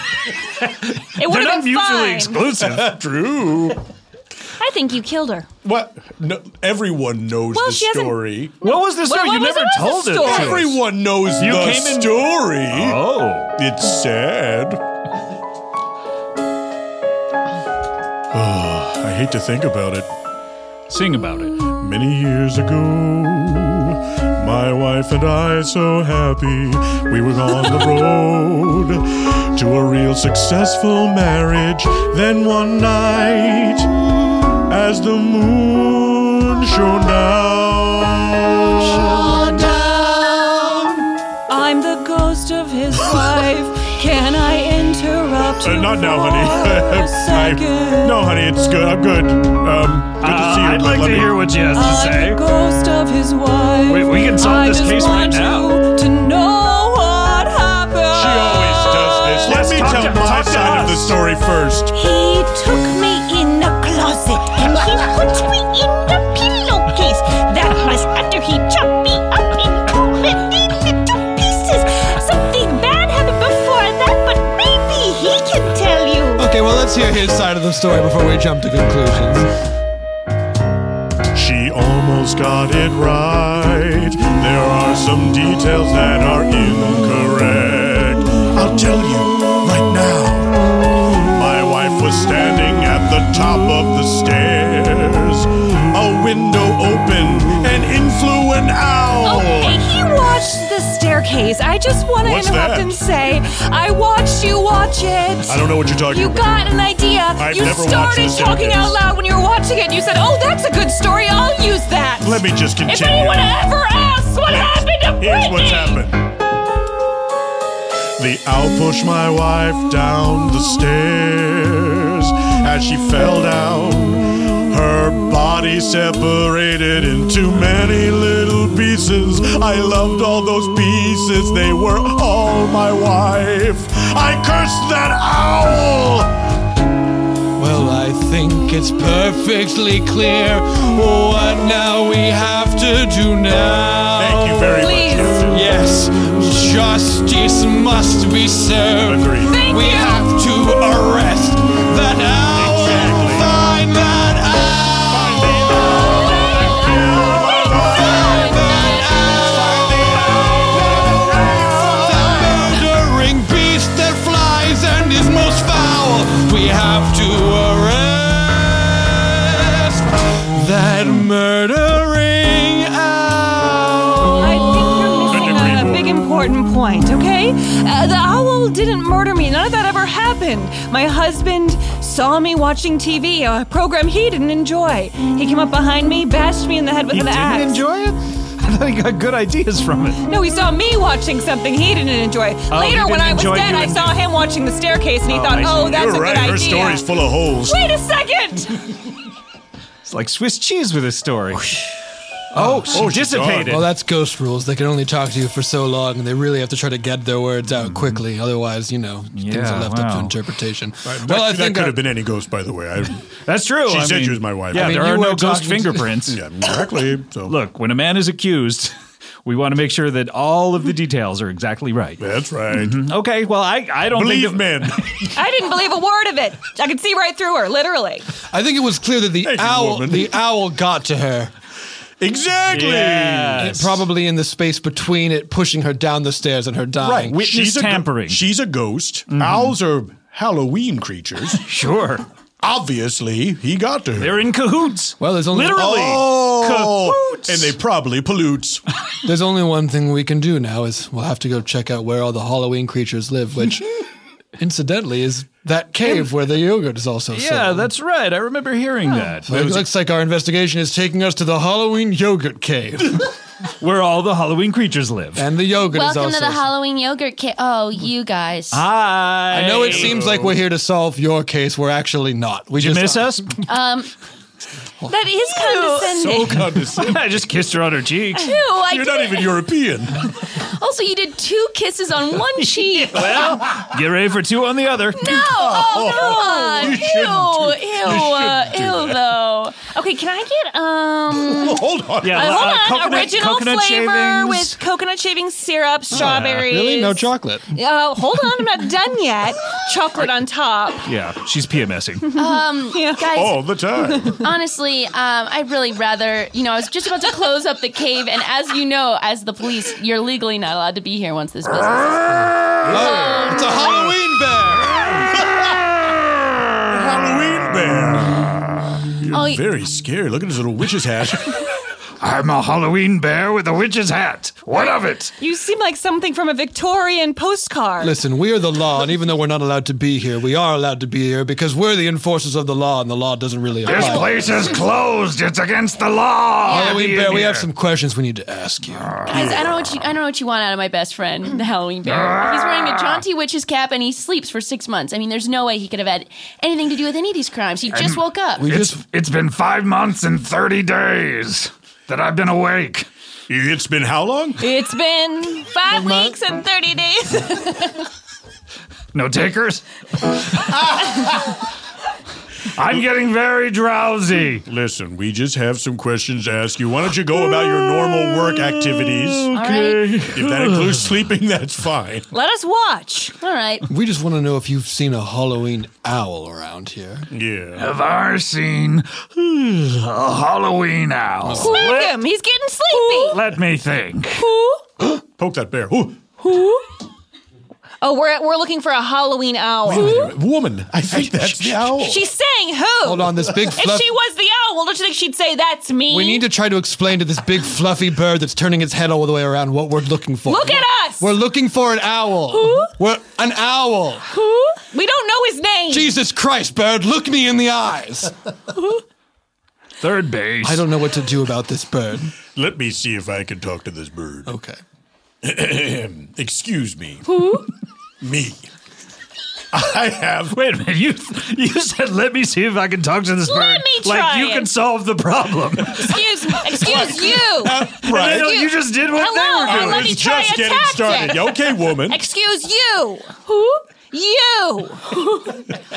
S6: It would have been fine.
S8: True.
S6: I think you killed her.
S8: What? No, everyone knows
S6: Well,
S8: the
S6: she hasn't-
S8: story.
S4: What was the
S6: What- story? what You was- never what was the told it to story? us.
S8: Everyone knows
S4: You
S8: the
S4: came in-
S8: story.
S4: Oh,
S8: it's sad. Oh, I hate to think about it.
S4: Sing about it.
S8: Many years ago, my wife and I, so happy, we were on the road to a real successful marriage. Then one night, as the moon shone down,
S6: I'm the ghost of his wife. Can I interrupt?
S8: Uh, not now, honey. I, no, honey, it's good. I'm good. Um, good to see you.
S4: Uh, I'd
S8: but
S4: like
S8: let
S4: to
S8: me-
S4: hear what she has to say.
S6: ghost of his wife.
S4: Wait, we can solve
S6: I
S4: this
S6: just
S4: case right
S6: want
S4: now.
S6: you To know what happened.
S8: She always does this. Let
S4: Yes,
S8: me
S4: talk
S8: tell
S4: to-
S8: my
S4: talk to
S8: side of the
S4: us.
S8: story first.
S6: He took me in the closet and he put me in the pillowcase. That was after he chopped me up into many little pieces. Something bad happened before that, but maybe he can tell you.
S9: Okay, well, let's hear his side of the story before we jump to conclusions.
S8: She almost got it right. There are some details that are incorrect. I'll tell you right now. My wife was standing at the top of the stairs. A window opened and in flew an owl.
S6: Okay, Oh, he watched the staircase. I just want to
S8: What's
S6: interrupt
S8: that?
S6: and say, I watched you watch it.
S8: I don't know what you're talking
S6: You
S8: about.
S6: got an idea.
S8: I've
S6: you
S8: never watched
S6: started
S8: the
S6: talking
S8: staircase.
S6: out loud when you were watching it. And you said, "Oh, that's a good story. I'll use that."
S8: Let me just continue.
S6: If anyone ever asks what happened to
S8: Here's what's
S6: Brittany,
S8: happened. The owl pushed my wife down the stairs. As she fell down, her body separated into many little pieces. I loved all those pieces, they were all my wife. I cursed that owl!
S9: Well, I think it's perfectly clear what now we have to do now.
S8: Thank you very
S6: Please.
S8: much. Captain.
S9: Yes, justice must be served.
S8: Agreed.
S6: Thank
S9: we
S6: you.
S9: have to arrest that owl.
S8: Exactly.
S9: Find that owl. Find that
S1: Thundering beast that flies and is most foul. We have to arrest that murdering owl.
S6: I think you're
S4: Oh.
S6: missing a big important point. Okay, uh, the owl didn't murder me. None of that ever happened. My husband saw me watching TV, a program he didn't enjoy. He came up behind me, bashed me in the head with
S4: He
S6: an
S4: didn't
S6: axe.
S4: enjoy it. I thought he got good ideas from it.
S6: No, he saw me watching something he didn't enjoy.
S4: Oh, he
S6: Later,
S4: didn't
S6: when I was
S4: enjoy
S6: dead,
S4: you
S6: I
S4: and-
S6: saw him watching the staircase, and he
S4: Oh,
S6: thought,
S4: I see.
S6: "Oh, that's
S8: You're
S6: a
S8: right,
S6: good
S8: her
S6: idea."
S8: story's full of holes.
S6: Wait a second.
S4: It's like Swiss cheese with his story. Oh, she dissipated.
S9: Well, that's ghost rules. They can only talk to you for so long, and they really have to try to get their words
S4: Mm.
S9: out quickly. Otherwise, you know, things
S8: Yeah,
S9: are left up to
S8: wow.
S9: interpretation.
S8: That, well, that could have been any ghost, by the way. I,
S4: That's true.
S8: She
S4: I
S8: said
S4: mean,
S8: she was my wife.
S4: Yeah, there are no ghost
S8: fingerprints.
S4: fingerprints.
S8: yeah, exactly. So
S4: Look, when a man is accused, we want to make sure that all of the details are exactly right. Mm-hmm.
S8: That's right.
S4: Okay, well, I, I don't
S8: Believe
S4: think men.
S6: I didn't believe a word of it. I could see right through her, literally.
S9: I think it was clear that the owl, the owl got to her.
S8: Exactly.
S4: Yes.
S9: It- probably in the space between it pushing her down the stairs and her dying.
S8: she's A, go- she's a ghost. Owls are Halloween creatures.
S4: sure.
S8: Obviously, he got to her. They're
S4: in cahoots.
S9: Well, there's only- Literally,
S8: oh, cahoots. And they probably pollutes.
S9: There's only one thing we can do now is we'll have to go check out where all the Halloween creatures live, which incidentally is that cave where the yogurt is also
S4: Yeah,
S9: sold.
S4: that's right. I remember hearing that.
S9: Well, it looks like our investigation is taking us to the Halloween yogurt cave.
S4: Where all the Halloween creatures live.
S9: And the yogurt is
S2: Welcome
S9: also
S2: to the Halloween yogurt kit. Oh, you guys.
S4: Hi.
S9: I know it seems like we're here to solve your case. We're actually not. We
S4: Did you
S9: just
S4: miss
S2: Um, that is condescending.
S4: condescending. I just kissed her on her cheek.
S2: Ew, I You're not didn't- even
S8: European.
S2: also, you did two kisses on one cheek.
S4: well, get ready for two on the other.
S2: No!
S4: You
S2: Oh, come on!
S4: shouldn't
S2: Ew! Ew! uh,
S4: shouldn't do
S2: ew! Though. Okay, can I get um?
S8: hold on.
S4: Yeah,
S2: uh,
S4: uh,
S2: hold on.
S4: coconut-
S6: Original
S4: coconut
S6: flavor
S4: shavings.
S6: with coconut shaving
S4: Uh,
S6: syrup, strawberries.
S9: Really? No chocolate.
S6: Uh, hold on, I'm not done yet. Chocolate on top.
S4: Yeah, she's PMSing.
S2: Um, guys,
S4: All the time.
S2: honestly, um, I'd really rather, you know, I was just about to close up the cave, and as you know, as the police, you're legally not allowed to be here once this business.
S9: Oh, it's a Halloween
S8: Halloween bear. You're
S2: Oh, y-
S8: very scary. Look at his little witch's hat.
S4: I'm a Halloween bear with a witch's hat. What of it?
S6: You seem like something from a Victorian postcard.
S9: Listen, we are the law, and even though we're not allowed to be here, we are allowed to be here because we're the enforcers of the law, and the law doesn't really apply.
S11: This place is closed. It's against the law.
S9: Halloween
S11: Be
S9: Bear,
S11: in
S9: Oh, we have
S11: here.
S9: some questions we need to ask you.
S2: Guys, I don't know what you I don't know what you want out of my best friend, the Halloween bear. He's wearing a jaunty witch's cap and he sleeps for six months. I mean, there's no way he could have had anything to do with any of these crimes. He just
S11: And
S2: woke up.
S11: it's, it's been five months and 30 days that I've been awake.
S8: It's been how long?
S6: It's been five weeks and 30 days.
S11: No takers? I'm getting very drowsy.
S8: Listen, we just have some questions to ask you. Why don't you go about your normal work activities?
S6: Okay.
S8: If that includes sleeping, that's fine.
S6: Let us watch.
S2: All right.
S9: We just want to know if you've seen a Halloween owl around here.
S8: Yeah.
S11: Have I seen
S4: Hmm.
S11: a Halloween owl?
S6: Smack him. He's getting sleepy.
S11: Let me think.
S8: Poke that bear. Ooh.
S6: Who? Oh, we're we're looking for a Halloween owl.
S8: Woman, I think that's the owl.
S6: She's saying who?
S9: Hold on, this big
S6: If
S9: fluff-
S6: she was the owl, don't you think she'd say that's me?
S9: We need to try to explain to this big fluffy bird that's turning its head all the way around what we're looking for.
S6: Look at us.
S9: We're looking for an owl.
S6: Who?
S9: We're an owl.
S6: Who? We don't know his name.
S9: Jesus Christ, bird, look me in the eyes.
S4: Third base.
S9: I don't know what to do about this bird.
S8: Let me see if I can talk to this bird.
S9: Okay.
S8: Excuse me.
S6: Who?
S8: Me. I have.
S4: Wait a minute. You you said let me see if I can talk to this
S6: Let
S4: bird.
S6: me
S4: like
S6: try
S4: you
S6: it.
S4: can solve the problem.
S6: Excuse me. Excuse you.
S4: Uh, Right. You- You just did what they
S6: Hello, uh,
S4: were doing.
S6: Let me
S4: It's
S6: try
S4: just
S6: a
S4: getting
S6: tactic.
S4: started. You okay, woman?
S6: Excuse you. Who? You.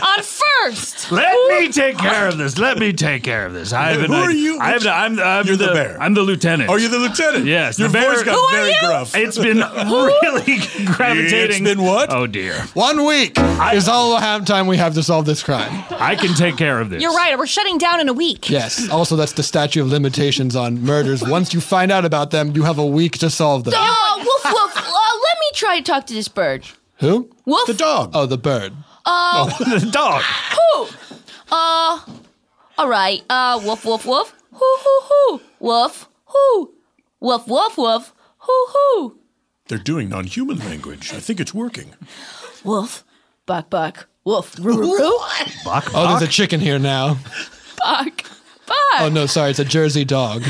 S6: On first.
S4: Let me take care of this. Let me take care of this. I have an
S8: Who are
S4: idea.
S8: you?
S4: I have, I'm, I'm
S8: You're
S4: the,
S8: the bear.
S4: I'm the lieutenant.
S8: Oh, you're the lieutenant.
S4: Yes.
S8: Your
S4: the bear,
S8: voice got Who are very you? gruff.
S4: It's been really gravitating.
S8: It's been what?
S4: Oh, dear.
S9: One week is all the have time we have to solve this crime.
S4: I can take care of this.
S6: You're right. We're shutting down in a week.
S9: Yes. Also, that's the statute of limitations on murders. Once you find out about them, you have a week to solve them.
S2: Oh, woof woof. Uh, let me try to talk to this bird.
S9: Who?
S2: Wolf?
S9: The dog. Oh, the bird. Oh.
S6: Oh.
S2: Uh,
S4: Oh, the dog.
S2: who? Uh, all right. Uh, woof woof woof. Hoo hoo hoo. Woof. Hoo. Woof woof woof. Hoo hoo.
S8: They're doing non human language. I think it's working.
S2: Wolf, buck, buck, wolf, roo, roo,
S9: Oh, there's a chicken here now.
S2: buck, buck.
S9: Oh no, sorry, it's a Jersey dog.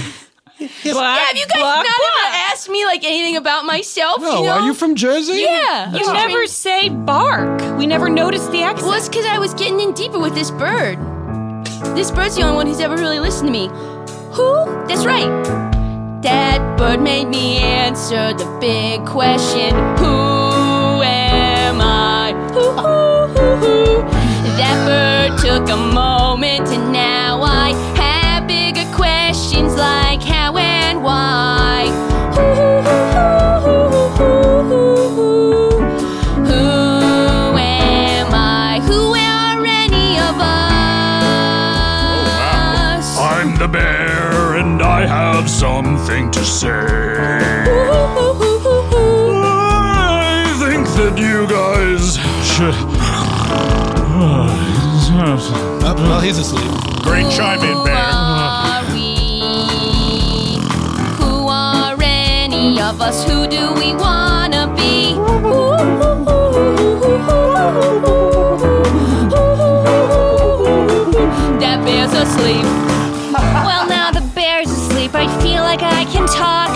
S2: yeah, have you guys not ever asked me like anything about myself?
S9: No,
S2: you know?
S9: are you from Jersey?
S2: Yeah,
S9: That's right.
S2: say bark. We never noticed the accent. Well, it's because I was getting in deeper with this bird. This bird's the only one who's ever really listened to me. Who? That's right. word made me answer the big question Who am I? Who, who, who, who? That bird took a moment, and now I have bigger questions like how and why. Who, who, who, who, who, who, who, who? Who am I? Who are any of us?
S8: I'm the bear and I have something to say. I think that you guys should.
S7: Oh, well, he's asleep.
S8: Great chime in, bear.
S2: are we? Who are any of us? Who do we wanna be? That bear's asleep.
S6: well, now the bear's asleep. I feel like I can talk.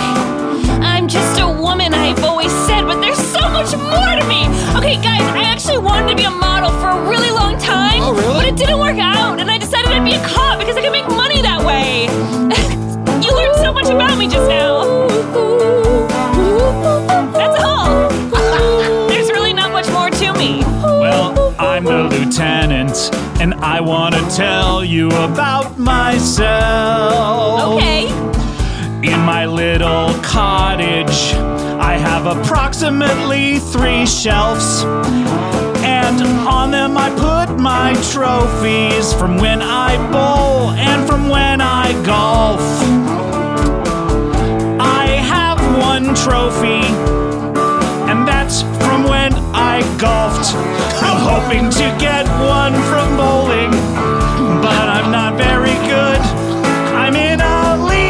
S6: I'm just a woman, I've always said, but there's so much more to me. Okay, guys, I actually wanted to be a model for a really long time. Oh, really? But it didn't work out, and I decided I'd be a cop because I could make money that way. you learned so much about me just now. That's all. there's really not much more to me.
S4: Well, I'm the lieutenant, and I want to tell you about myself.
S6: Okay.
S4: In my little cottage, I have approximately three shelves. And on them, I put my trophies from when I bowl and from when I golf. I have one trophy and that's from when I golfed. I'm hoping to get one from bowling, but I'm not very good. I'm in a league.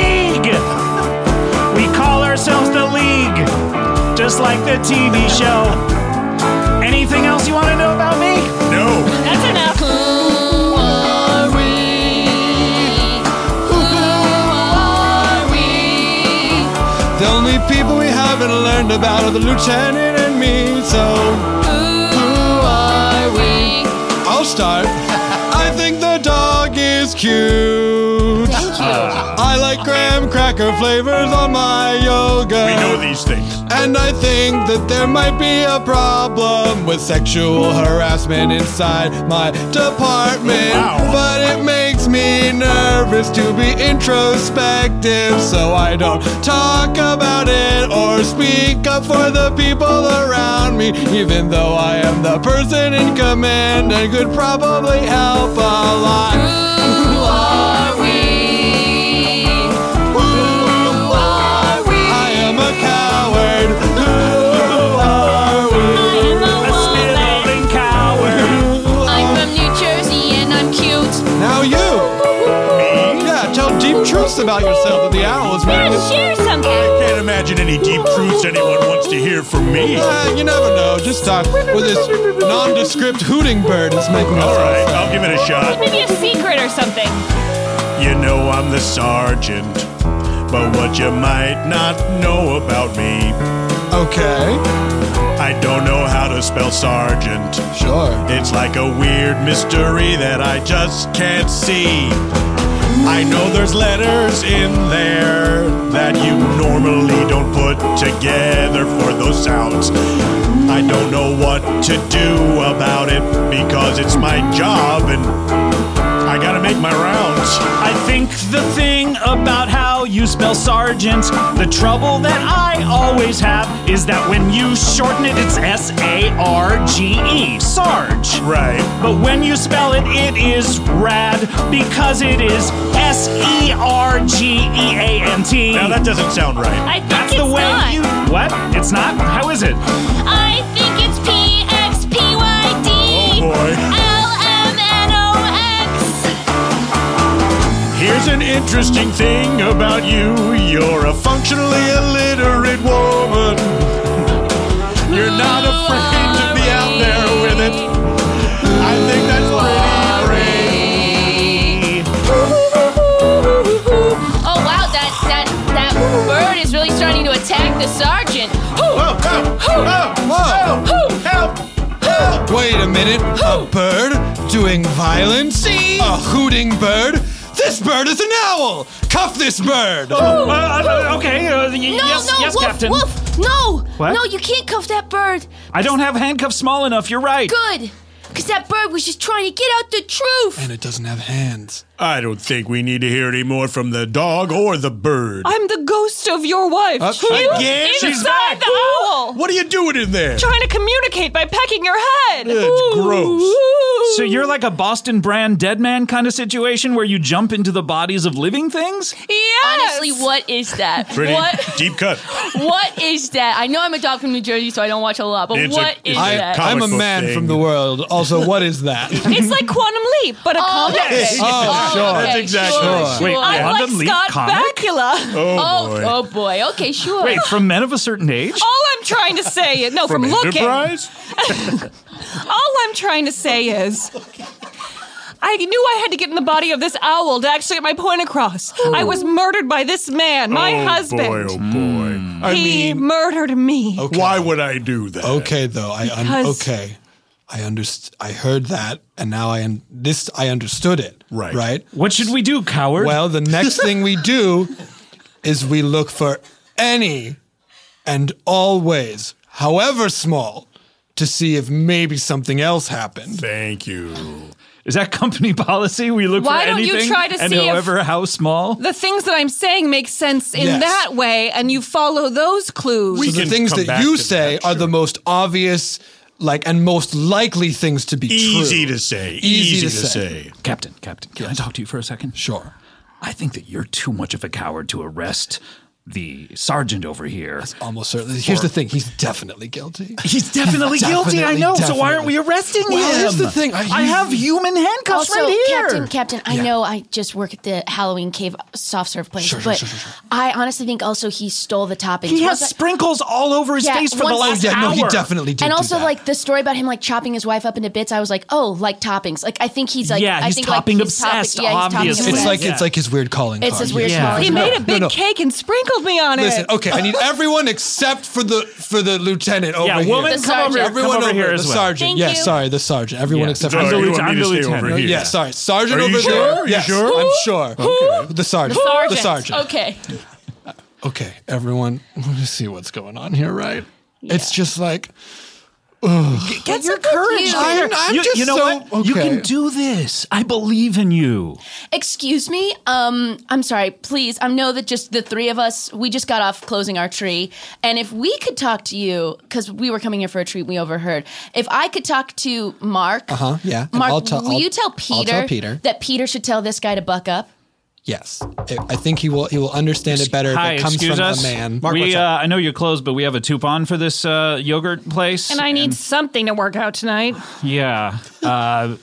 S4: We call ourselves the league, just like the TV show. Anything else you want to know about me?
S8: No.
S6: That's enough.
S2: Who are we? Who are we?
S1: The only people we haven't learned about are the lieutenant and me, so. Who are we? I'll start. I think the dog is cute. I like graham cracker flavors on my yogurt.
S8: We know these things.
S1: And I think that there might be a problem with sexual harassment inside my department. But it makes me nervous to be introspective, so I don't talk about it or speak up for the people around me, even though I am the person in command and could probably help a lot.
S2: Who are we? Who are we?
S1: I am a coward. Who are we?
S4: A spitting coward.
S2: I'm from New Jersey and I'm cute.
S1: Now you. Yeah, tell deep truths about yourself that the owl is wearing.
S6: Yeah, share something.
S8: I can't imagine any deep truths anyone wants to hear from me. All
S1: Uh, you never know. Just start with this nondescript hooting bird that's making us.
S8: right, I'll give it a shot.
S6: Maybe a secret or something.
S8: You know I'm the sergeant, but what you might not know about me,
S1: Okay,
S8: I don't know how to spell sergeant.
S1: sure.
S8: It's like a weird mystery that I just can't see. I know there's letters in there that you normally don't put together for those sounds. I don't know what to do about it because it's my job and I gotta make my rounds.
S4: I think the thing about how you spell sergeant, the trouble that I always have is that when you shorten it, it's S A R G E, Sarge.
S8: Right.
S4: But when you spell it, it is rad because it is S E R G E A N T.
S8: Now that doesn't sound right.
S6: I think
S4: That's
S6: it's
S4: the way
S6: not.
S4: you. What? It's not? How is it?
S6: I think it's P X P Y D
S8: Boy,
S6: L M N O X.
S8: here's an interesting thing about you. You're a functionally illiterate woman. You're not afraid to be out there with it. I think that's pretty brave.
S2: Oh wow, that that that bird is really starting to attack the sergeant.
S8: Whoa, whoa, whoa, whoa, help, help.
S1: Wait a minute. A bird doing violence? A hooting bird This bird is an owl! Cuff this bird!
S10: Oh, uh, uh, okay, uh, y- yes,
S2: no,
S10: yes,
S2: woof,
S10: Captain.
S2: woof, no,
S10: What?
S2: no, you can't cuff that bird.
S10: I don't have handcuffs small enough. You're right.
S2: Good, because that bird was just trying to get out the truth.
S8: And it doesn't have hands. I don't think we need to hear any more from the dog or the bird.
S6: I'm the ghost of your wife.
S8: Uh,
S6: She was
S8: again?
S6: Inside
S8: She's
S6: the owl.
S8: What are you doing in there?
S6: Trying to communicate by pecking your head.
S10: gross. So you're like a Boston brand dead man kind of situation where you jump into the bodies of living things?
S2: Yes. Honestly, what is that?
S10: Pretty
S2: What?
S8: deep cut.
S2: What is that? I know I'm a dog from New Jersey, so I don't watch a lot. But what
S8: It's
S2: is
S8: a- it's a
S2: that?
S8: comic
S9: I'm a
S8: book
S9: man
S8: thing.
S9: from the world. Also, what is that?
S6: It's like Quantum Leap, but a comic.
S9: yes. Oh, sure. That's exactly-
S10: sure. Wait,
S6: I'm
S10: Quantum
S6: like
S10: Leap
S6: Scott
S10: comic?
S6: Bakula.
S10: Oh,
S2: oh, oh boy. Okay, sure.
S10: Wait, from men of a certain age?
S2: Oh!
S6: All I'm trying to say is no, from,
S10: From
S6: looking.
S10: Enterprise?
S6: All I'm trying to say is. I knew I had to get in the body of this owl to actually get my point across. I was murdered by this man, my
S8: Oh,
S6: husband.
S8: Boy, oh boy.
S9: Hmm.
S8: I
S6: he
S8: mean,
S6: murdered me.
S8: why would I do that?
S9: Okay, though. I un-
S6: Because-
S9: okay. I underst- I heard that, and now I un- this. I understood it. Right. Right.
S10: What should we do, coward?
S9: Well, the next thing we do is we look for any and always, however small, to see if maybe something else happened.
S8: Thank you.
S10: Is that company policy? We look
S6: Why
S10: for
S6: don't you
S10: anything
S6: try to
S10: and
S6: see if-
S10: however how small?
S6: The things that I'm saying make sense in
S9: Yes.
S6: that way, and you follow those clues.
S9: so the things that you say are the most obvious, like and most likely things to be
S8: Easy
S9: true.
S8: to say. Easy, to, say.
S10: Captain, Captain, can I talk to you for a second?
S9: Sure.
S10: I think that you're too much of a coward to arrest the sergeant over here.
S9: Almost certainly. Here's the thing: he's definitely guilty.
S10: He's definitely guilty, I know. So why aren't we arresting
S9: Well,
S10: him?
S9: Here's the thing: I,
S10: I have human handcuffs
S2: also,
S10: right here.
S2: Captain, Captain, I
S10: Yeah.
S2: know I just work at the Halloween Cave soft serve place,
S10: Sure, sure,
S2: but
S10: sure, sure,
S2: I honestly think also he stole the toppings.
S10: He has
S2: Once I-
S10: sprinkles all over his
S2: Yeah,
S10: face for the
S2: once-
S10: last
S9: Yeah,
S10: hour.
S9: no, he definitely did
S2: and
S9: do
S2: also,
S9: that.
S2: like the story about him like chopping his wife up into bits, I was like, oh, like toppings. Like I think he's like,
S9: Yeah,
S2: I
S9: he's
S2: think
S9: topping
S2: like, he's topping-
S10: obsessed,
S2: yeah, he's topping
S10: obviously.
S9: It's
S2: obsessed.
S9: like it's like his weird calling.
S2: It's
S9: card.
S2: his weird calling
S6: He
S2: No,
S6: made a big cake and sprinkled me on
S9: Listen,
S6: it.
S9: okay, I need everyone except for the for the lieutenant over
S10: Yeah,
S9: here.
S10: Oh, woman, The come sergeant. over here, come
S9: Everyone
S10: over here
S9: the
S10: as well.
S9: sergeant.
S10: Thank
S9: yeah,
S10: you.
S9: sorry, the sergeant. Everyone
S10: Yeah.
S9: except
S10: Sorry,
S9: for
S10: you want me to stay over here?
S9: Yeah, sorry, sergeant
S10: Are you
S9: over
S10: sure?
S9: there.
S10: Are you
S9: yes,
S10: sure?
S9: I'm sure. The sergeant.
S2: the
S9: The sergeant.
S2: Okay.
S9: Okay, everyone, let me see what's going on here, right? It's just like. Ugh.
S10: Get your courage
S9: I'm-
S10: there.
S9: I'm
S10: you,
S9: just
S10: you know
S9: so-
S10: what? You
S9: okay.
S10: can do this. I believe in you.
S2: Excuse me. Um, I'm sorry. Please, I know that just the three of us, we just got off closing our tree, and if we could talk to you, because we were coming here for a treat, we overheard. If I could talk to Mark,
S9: Uh huh. Yeah. and
S2: Mark,
S9: I'll tell-
S2: will
S9: I'll-
S2: you tell
S9: I'll
S2: Peter,
S9: tell Peter.
S2: that Peter should tell this guy to buck up?
S9: Yes, I I think he will. He will understand it better
S10: Hi,
S9: if it comes
S10: excuse
S9: from
S10: us.
S9: a man.
S10: we, uh, I know you're closed, but we have a coupon for this uh, yogurt place.
S6: And I need something to work out tonight.
S10: Yeah. Uh,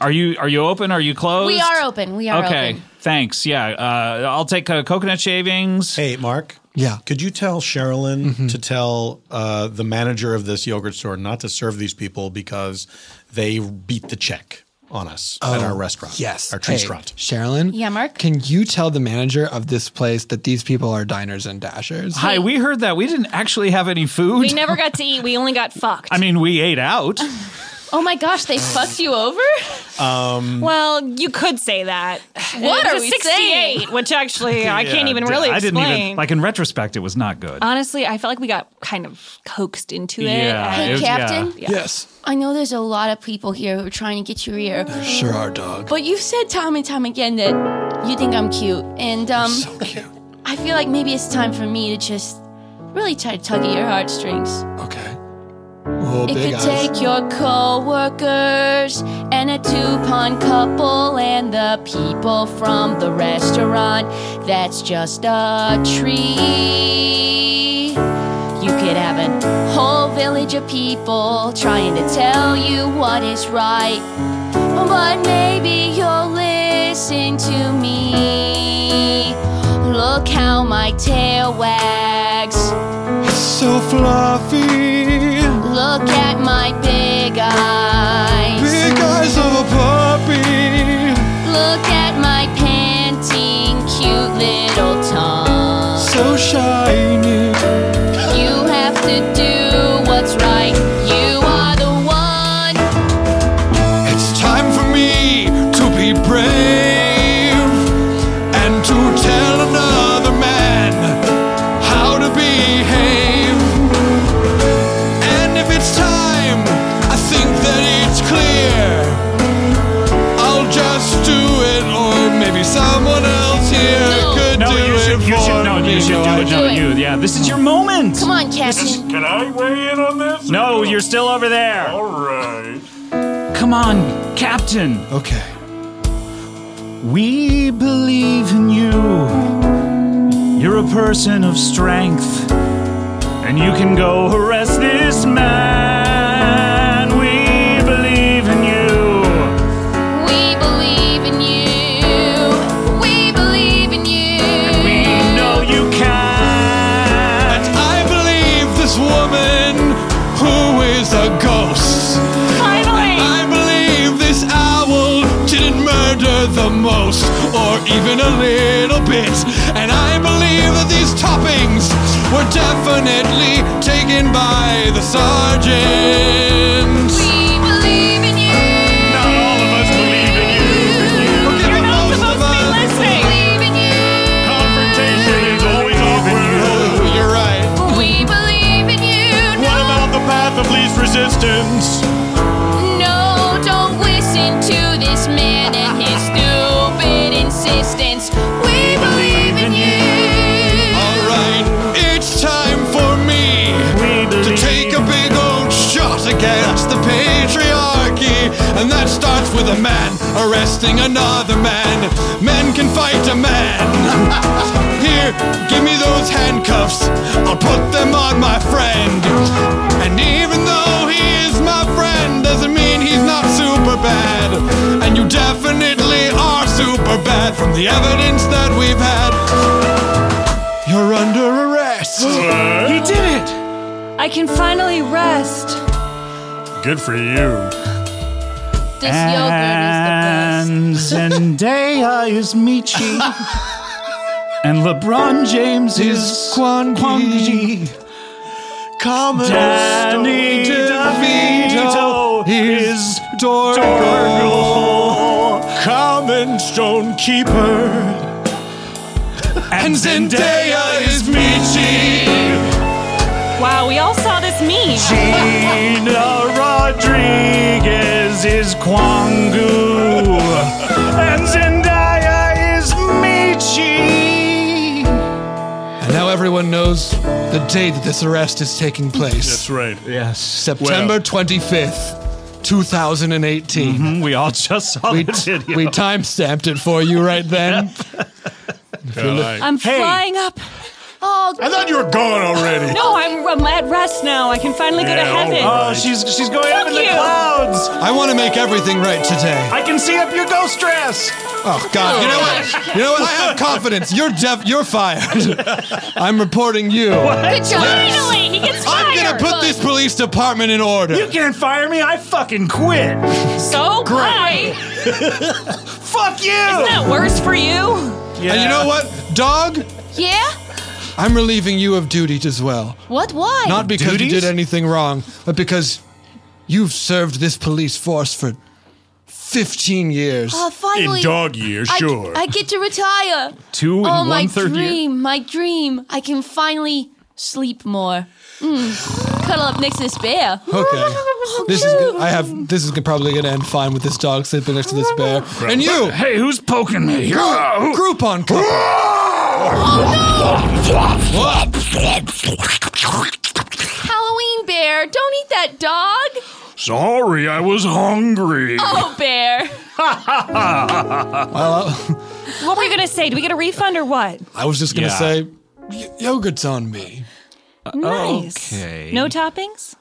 S10: are you are you open? Are you closed?
S2: We are open. We are
S10: okay.
S2: open.
S10: Thanks. Yeah. Uh, I'll take uh, coconut shavings.
S5: Hey, Mark.
S9: Yeah.
S5: Could you tell Sherilyn to tell uh, the manager of this yogurt store not to serve these people because they beat the check on us at
S9: Oh,
S5: our restaurant?
S9: Yes.
S5: Our tree
S9: Hey, Sherilyn.
S2: Yeah, Mark.
S9: Can you tell the manager of this place that these people are diners and dashers?
S10: Hi. We heard that we didn't actually have any food.
S6: We never got to eat. We only got fucked.
S10: I mean, we ate out.
S2: Oh my gosh, they fucked you over?
S10: Um,
S6: Well, you could say that.
S2: What
S6: It's
S2: are
S6: a
S2: we
S6: 68,
S2: saying?
S6: Which actually, I can't even really
S10: I
S6: explain.
S10: didn't even like in retrospect. It was not good.
S6: Honestly, I felt like we got kind of coaxed into it.
S10: Yeah,
S6: and-
S10: it
S2: Hey,
S10: was-
S2: Captain?
S10: yeah. Yes.
S2: I know there's a lot of people here who are trying to get your ear.
S9: Sure are, dog.
S2: But you've said time and time again that you think I'm cute. And, um. so
S9: cute.
S2: I feel like maybe it's time for me to just really try to tug at your heartstrings.
S9: Okay. Oh,
S2: it
S9: big
S2: could
S9: eyes.
S2: take your co-workers and a two-pun couple and the people from the restaurant. That's just a tree. You could have a whole village of people trying to tell you what is right. But maybe you'll listen to me. Look how my tail wags.
S9: So fluffy.
S2: Look at my big eyes.
S9: Big eyes of a puppy.
S2: Look at my panting, cute little tongue.
S9: So shiny.
S2: You have to do what's right. You are the one.
S9: It's time for me to be brave.
S8: it
S4: you
S8: for
S4: should, no,
S8: me,
S4: you should
S8: no,
S4: do
S8: I
S4: it. No,
S8: do it.
S4: you. Yeah, this is your moment.
S2: Come on, Captain.
S8: Can I weigh in on this?
S4: No, you're still over there.
S8: All right.
S4: Come on, Captain.
S9: Okay.
S4: We believe in you. You're a person of strength, and you can go arrest this man. We believe in you.
S2: We believe in you. We believe in you.
S4: We know you can.
S1: And I believe this woman who is a ghost.
S6: Finally!
S1: I believe this owl didn't murder the most, or even a little bit. And I believe that these toppings were definitely taken by the sergeant.
S2: We believe in you.
S8: Not all of us believe in you.
S1: Okay, but most of us-
S2: Believe in you.
S8: Confrontation is always awkward.
S1: Oh, You're right.
S2: We believe in you.
S8: What about the path of least resistance?
S2: No, don't listen to this man and his stupid insistence. We believe in you.
S1: All right, it's time for me
S4: We
S1: to
S4: believe.
S1: take a big old shot against the patriarchy. And that starts with a man arresting another man. Men can fight a man. Here, give me those handcuffs. I'll put them on my friend. And even though Oh, he is my friend, doesn't mean he's not super bad. And you definitely are super bad from the evidence that we've had. You're under arrest.
S4: You did it.
S6: I can finally rest.
S8: Good for you.
S2: This yogurt is the best.
S4: And Zendaya is Michi. and LeBron James is Quan Quan Ji.
S12: Commodore
S4: Danny DeVito is Dorgle.
S8: Common stone keeper.
S4: And
S1: Zendaya is Michi.
S6: Wow, we all saw this meme.
S4: Gina Rodriguez is Kwangu. and Zendaya is Michi.
S9: And now everyone knows the day that this arrest is taking place.
S8: That's right.
S4: Yes.
S9: September 25th, 2018.
S4: Mm-hmm. We all just saw
S9: We,
S4: this video.
S9: we time stamped it for you right then.
S8: I,
S6: I'm flying up.
S2: Oh,
S8: I thought you were gone already.
S6: No, I'm, I'm at rest now. I can finally go to
S8: Yeah, all
S6: heaven.
S8: right.
S4: oh, she's she's going up
S6: Fuck
S4: in the
S6: you.
S4: clouds.
S12: I want to make everything right today.
S4: I can see up your ghost dress.
S12: Oh God! You know what? You know what? I have confidence. You're deaf. You're fired.
S9: I'm reporting you.
S2: good job.
S6: Finally, he gets fired.
S12: I'm gonna put this police department in
S4: You
S12: order.
S4: can't fire me. I fucking quit.
S6: so great.
S4: Fuck you.
S6: Isn't that worse for you?
S12: And you know what, dog?
S2: Yeah?
S9: I'm relieving you of duties as well.
S2: What? Why?
S9: Not because you
S4: Duties?
S9: did anything wrong, but because you've served this police force for 15 years.
S2: Oh, finally.
S8: In dog year,
S2: I-
S8: sure.
S2: I, get to retire.
S4: Two and
S2: oh,
S4: one
S2: my
S4: third year.
S2: dream, my dream. I can finally sleep more. Mm. Cuddle up next to this bear.
S9: Okay.
S2: Oh,
S9: This is go- I have this is go- probably going to end fine with this dog sleeping next to this bear. And you,
S4: Hey, who's poking me?
S9: Groupon couple.
S2: Halloween bear, don't eat that dog.
S8: Sorry, I was hungry. Ah.
S2: Oh, bear.
S6: What were you gonna say? Do we get a refund or what?
S9: I was just going to
S4: Yeah.
S9: say y- yogurt's on me.
S6: nice.
S4: Uh, okay.
S6: No toppings.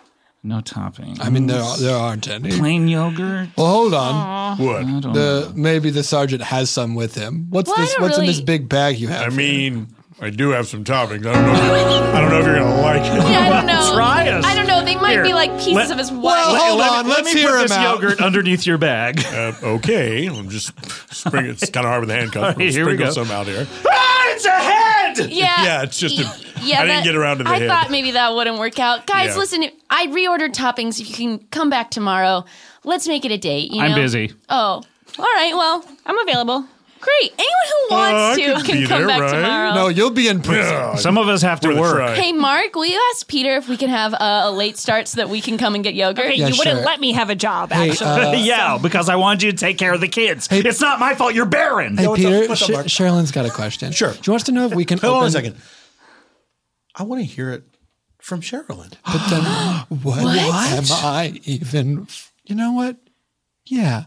S4: No topping.
S9: I mean there are, there aren't any.
S4: plain yogurt.
S9: Well, hold on.
S8: What?
S4: I don't know.
S9: The maybe the sergeant has some with him. What's
S2: Well, I
S9: this
S2: don't
S9: what's in this
S2: really-
S9: big bag you
S8: I
S9: have?
S8: mean, I do have some toppings. I don't know. If you're, I don't know if you're gonna like it.
S2: Yeah, I don't know.
S4: Try us.
S2: I don't know. They might
S4: Here.
S2: be like pieces
S4: Let-
S2: of his wife.
S9: Well, hold
S4: let,
S9: on.
S4: me, let
S9: Let's
S4: me
S9: hear
S4: put
S9: him
S4: this
S9: out.
S4: yogurt underneath your bag.
S8: Uh, okay, I'm just spring. It's kind of hard with the handcuffs.
S4: All right, here we
S8: sprinkle
S4: go.
S8: some out here.
S4: ah, it's a head.
S2: yeah,
S8: yeah, it's just a-
S2: y-
S8: I didn't get around to the
S2: I
S8: head.
S2: thought maybe that wouldn't work out, guys.
S8: Yeah.
S2: Listen, I reordered toppings. If you can come back tomorrow, let's make it a date. You
S4: I'm
S2: know?
S4: busy.
S2: Oh, all right. Well,
S6: I'm available.
S2: Great. Anyone who wants
S13: I
S2: to
S13: could
S2: can
S13: be
S2: come
S13: there,
S2: back
S13: right?
S2: tomorrow.
S9: No, you'll be in prison.
S10: Some of us have to work.
S2: Hey, Mark, will you ask Peter if we can have uh, a, a late start so that we can come and get yogurt?
S10: Okay, Yeah, you wouldn't sure. let
S2: me have a job,
S4: uh,
S9: uh,
S10: yeah, because I wanted you to take care of the kids. it's not my fault. You're barren.
S9: Hey, Peter, Sh- Sherilyn's got a question. Sure. She wants to know if we can
S10: Hold on
S9: open
S10: a second.
S5: I want to hear it from Sherilyn.
S9: But then, what,
S5: What?
S9: am I even? You know what? Yeah,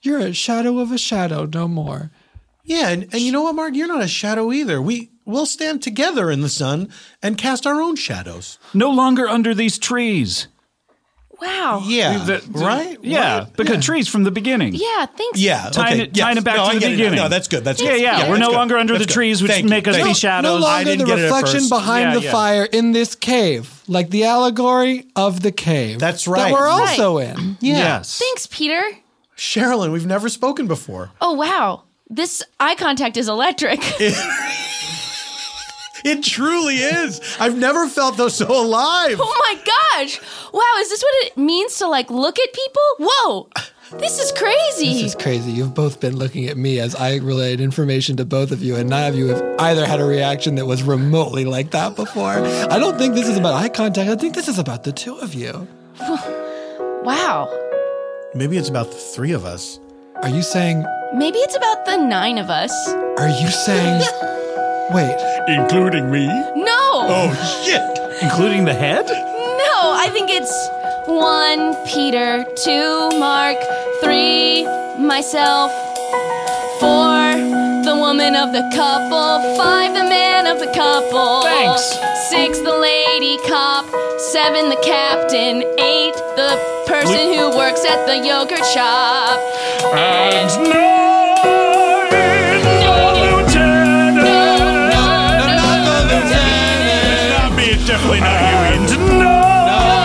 S9: you're a shadow of a shadow, no more.
S5: Yeah, and, and you know what, Mark? You're not a shadow either. We will stand together in the sun and cast our own shadows.
S10: No longer under these trees.
S2: Wow.
S5: Yeah.
S10: The- the-
S5: right?
S10: Yeah,
S5: Right?
S10: because
S5: Yeah.
S10: trees from the beginning.
S2: Yeah, thanks.
S5: Yeah,
S10: Tying,
S5: okay,
S10: it, tying
S5: yes.
S10: it back
S5: No, I
S10: to the
S5: get it now.
S10: beginning.
S5: No, that's good, that's good.
S10: Yeah,
S5: Yeah,
S10: yeah. We're
S5: that's
S10: no
S5: good.
S10: longer under
S5: That's
S10: the
S5: good.
S10: trees, which
S5: Thank you,
S10: make us
S5: thank
S10: be
S5: you.
S10: shadows.
S9: No longer the reflection behind
S10: Yeah,
S9: the
S10: yeah.
S9: fire in this cave, like the allegory of the cave. That's
S5: right.
S9: That we're
S5: Right.
S9: also in.
S5: Yeah. Yes.
S2: Thanks, Peter.
S5: Sherilyn, we've never spoken before.
S2: Oh, wow. This eye contact is electric.
S5: It truly is. I've never felt though so alive.
S2: Oh my gosh. Wow, is this what it means to like look at people? Whoa. This is crazy.
S9: This is crazy. You've both been looking at me as I relayed information to both of you, and none of you have either had a reaction that was remotely like that before. I don't think this is about eye contact. I think this is about the two of you.
S2: wow.
S5: Maybe it's about the three of us.
S9: Are you saying?
S2: Maybe it's about the 9 of us.
S9: Are you saying? Wait,
S1: including me?
S2: No.
S5: Oh. shit!
S10: Including the head?
S2: No, I think it's one Peter, two Mark, three myself, four the woman of the couple, five the man of the couple,
S13: Thanks.
S2: six the lady cop, seven the captain, eight the person
S13: Lu-
S2: who works at the yogurt shop,
S13: And
S1: Not me, it's definitely not you. Ian.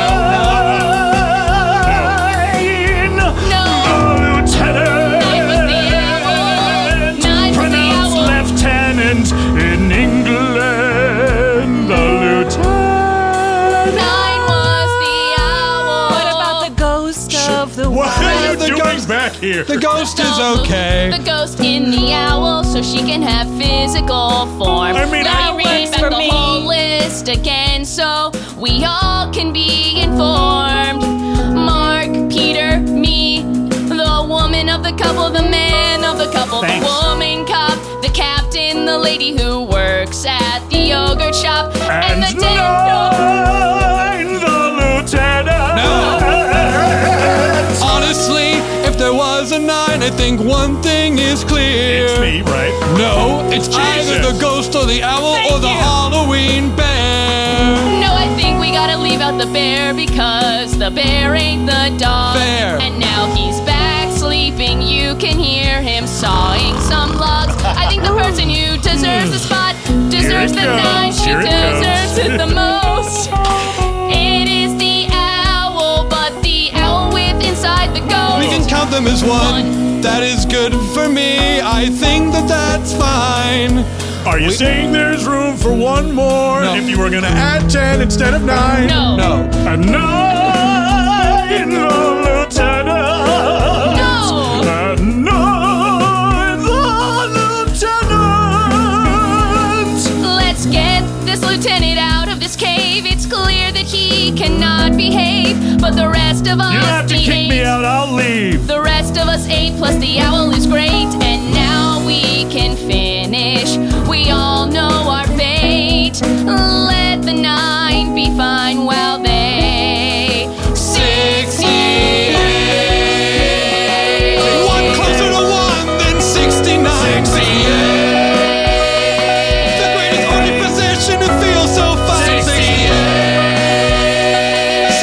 S4: Lieutenant in England, the lieutenant.
S2: Nine was the owl.
S6: What about the ghost of the
S1: What are you
S6: wild?
S1: doing back here?
S9: The ghost is
S2: The ghost in the owl, so she can have physical form.
S1: I mean,
S2: Now
S1: I-
S2: read
S1: works
S2: back
S1: for
S2: the
S1: me.
S2: whole list again, so we all can be informed. Mark, Peter, me, the woman of the couple, the man of the couple,
S13: Thanks.
S2: the woman cop, the captain, the lady who works at the yogurt shop, and, the
S4: nine, the lieutenant.
S9: Honestly, if there was a nine, I think one thing is clear. It's me,
S1: right?
S9: No, it's either the ghost or the owl or the Halloween bear.
S2: No, I think we gotta leave out the bear because the bear ain't the dog.
S9: Bear.
S2: And now he's back sleeping. You can hear him sawing some logs. I think the person who deserves the spot deserves
S13: it
S2: the
S13: comes.
S2: nine. She
S13: Here it comes.
S2: deserves it the most. It is the owl, but the owl with inside the ghost.
S9: We can count them as one. That is good for me. I think that that's fine.
S1: Are you saying there's room for one more? If you were gonna add ten instead of nine?
S2: No.
S9: No.
S1: A nine, the lieutenant.
S2: No.
S1: A nine, the lieutenant.
S2: Let's get this lieutenant out of this cave. It's clear that he cannot behave, but the rest of us.
S4: You have to
S2: the
S4: kick me
S2: eight-
S4: out, I'll leave.
S2: The rest of us eight plus the owl is great, and now we can finish. We all know our fate. Let the nine be fine while they sixty-eight.
S9: One closer to one than 69. 68. The greatest only possession to feel so fine. 68.